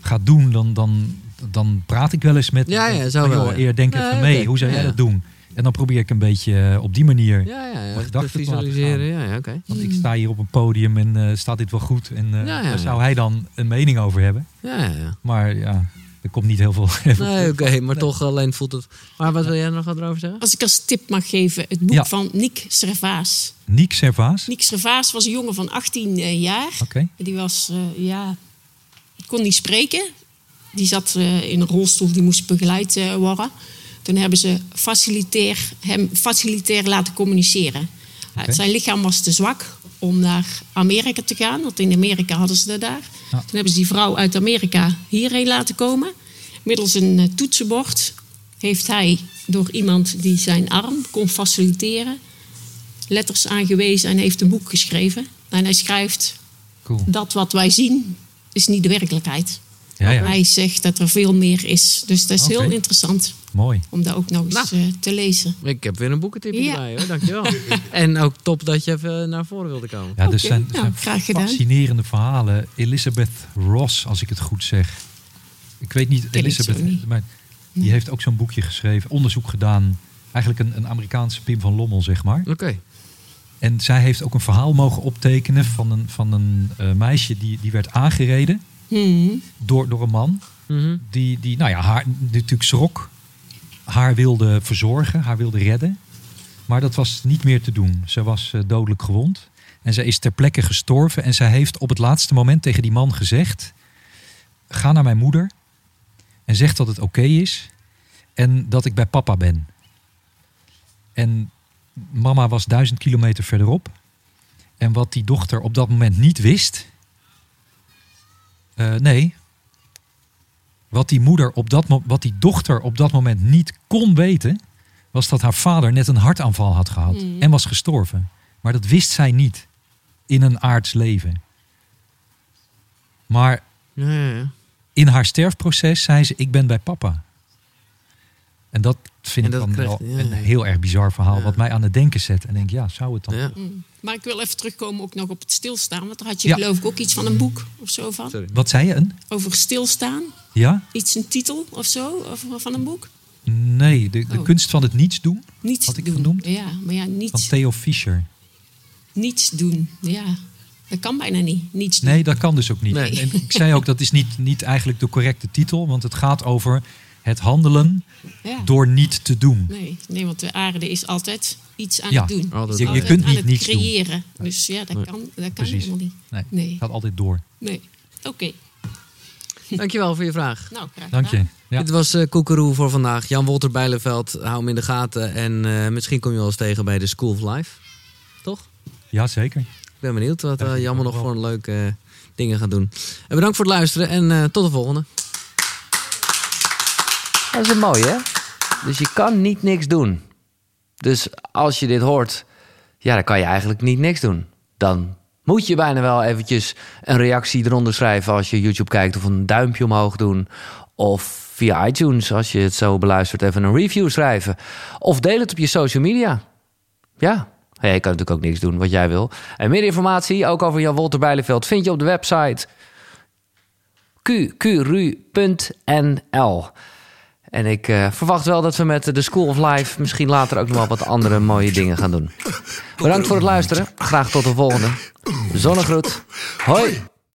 B: ga doen, dan, dan, dan praat ik wel eens met
A: Ja, ja,
B: met-
A: zo
B: van,
A: wel,
B: joh,
A: ja.
B: eer, denk
A: Ja,
B: even
A: oké.
B: mee. Hoe zou jij
A: Ja.
B: dat doen? En dan probeer ik een beetje eh, op die manier.
A: ja, ja. ja.
B: Maar gedachten
A: Te
B: te laten
A: visualiseren, ja, ja oké.
B: Want ik sta hier op een podium en eh, staat dit wel goed? En eh,
A: Ja, ja,
B: daar
A: ja.
B: zou hij dan een mening over hebben.
A: Ja, ja, ja.
B: Maar ja, Er komt niet heel veel.
A: Nee, oké, maar toch eh, alleen voelt het. Maar wat wil jij er nog wat over zeggen?
C: Als ik als tip mag geven, het boek
B: Ja.
C: van Nick Servaas.
B: Niek Servaas.
C: Nick Servaas was een jongen van 18 jaar.
B: Oké.
C: Die was, eh, ja, kon niet spreken. Die zat eh, in een rolstoel, die moest begeleid eh, worden. Toen hebben ze facilitair, hem facilitair laten communiceren. Eh,
B: Oké.
C: zijn lichaam was te zwak om naar Amerika te gaan, want in Amerika hadden ze dat daar.
B: Ja.
C: Toen hebben ze die vrouw uit Amerika hierheen laten komen. Middels een eh, toetsenbord heeft hij door iemand die zijn arm kon faciliteren letters aangewezen en heeft een boek geschreven. En hij schrijft
B: Cool.
C: dat wat wij zien is niet de werkelijkheid.
B: Ja, ja.
C: Hij zegt dat er veel meer is. Dus dat is
B: Oké.
C: heel interessant
B: Mooi.
C: om dat ook nog eens eh, te lezen.
A: Ik heb weer een boekentipje
C: Ja.
A: erbij hoor, dankjewel. en ook top dat je even eh, naar voren wilde komen.
B: Ja, er
C: Oké,
B: zijn, er
C: nou,
B: zijn
C: graag gedaan.
B: fascinerende verhalen. Elizabeth Ross, als ik het goed zeg. Ik weet niet,
C: zo
B: Elizabeth,
C: niet.
B: maar die heeft ook zo'n boekje geschreven, onderzoek gedaan. Eigenlijk een, een Amerikaanse Pim van Lommel, zeg maar.
A: Oké,
B: En zij heeft ook een verhaal mogen optekenen van een, van een eh, meisje die, die werd aangereden
C: Hmm.
B: door, door een man.
A: Mhm.
B: Die, die nou ja, haar die natuurlijk schrok. Haar wilde verzorgen, haar wilde redden. Maar dat was niet meer te doen. Ze was eh, dodelijk gewond. En ze is ter plekke gestorven. En zij heeft op het laatste moment tegen die man gezegd... Ga naar mijn moeder. En zeg dat het oké is. En dat ik bij papa ben. En mama was duizend kilometer verderop. En wat die dochter op dat moment niet wist... eh, nee, wat die, moeder op dat, mo- wat die dochter op dat moment niet kon weten, was dat haar vader net een hartaanval had gehad
C: Mm.
B: en was gestorven. Maar dat wist zij niet in een aards leven. Maar
A: ja, ja, ja.
B: in haar sterfproces zei ze: Ik ben bij papa. En dat vind
A: En dat
B: ik dan
A: krijgt-
B: wel
A: ja,
B: een
A: ja.
B: heel erg bizar verhaal,
A: Ja.
B: wat mij aan het denken zet. En denk, ja, zou het dan?
A: Ja.
C: Hmm. Maar ik wil even terugkomen ook nog op het stilstaan. Want daar had je
B: Ja.
C: geloof ik ook iets van een boek of zo van.
A: Sorry.
B: Wat zei je? Een?
C: Over stilstaan.
B: Ja?
C: Iets, een titel of zo of van een boek.
B: Nee, de, de
C: Oh.
B: kunst van het niets doen
C: Niets
B: Had ik
C: doen.
B: genoemd?
C: Ja, maar ja,
B: van
C: niets,
B: Theo Fischer.
C: niets doen. Ja, dat kan bijna niet. Niets doen.
B: Nee, dat kan dus ook niet.
A: Nee.
B: En ik zei ook, dat is niet, niet eigenlijk de correcte titel, want het gaat over het handelen
C: Ja.
B: door niet te doen.
C: Nee, nee, want de aarde is altijd iets aan
B: Ja.
C: het doen.
A: Altijd
C: Is
A: aan. Je
C: altijd
B: kunt
C: aan
B: niet
C: het
B: niets doen.
C: creëren. Dus ja, dat
A: Nee.
C: kan, dat kan
B: Precies.
C: helemaal niet.
B: Nee,
C: Nee.
B: het gaat altijd door.
C: Nee. Oké,
A: Dankjewel voor je vraag.
C: nou graag
B: Dank je.
C: gedaan.
B: Ja.
A: Dit was eh Koekeroe voor vandaag. Jan-Wolter Bijleveld, hou hem in de gaten. En eh, misschien kom je wel eens tegen bij de School of Life. Toch?
B: ja, zeker.
A: Ik ben benieuwd wat
B: Ja,
A: eh,
B: ik
A: Jammer
B: ook
A: nog voor
B: wel.
A: een leuke eh, dingen gaat doen. En bedankt voor het luisteren en eh, tot de volgende.
D: Dat is een mooi, hè? Dus je kan niet niks doen. Dus als je dit hoort, ja, dan kan je eigenlijk niet niks doen. Dan moet je bijna wel eventjes een reactie eronder schrijven als je YouTube kijkt, of een duimpje omhoog doen. Of via iTunes, als je het zo beluistert, even een review schrijven. Of deel het op je social media. Ja. Ja, je kan natuurlijk ook niks doen wat jij wil. En meer informatie, ook over Jan Wolter Bijleveld, vind je op de website qqru.nl. En ik eh, verwacht wel dat we met de School of Life misschien later ook nog wel wat andere mooie dingen gaan doen. Bedankt voor het luisteren. Graag tot de volgende. Zonnegroet. Hoi.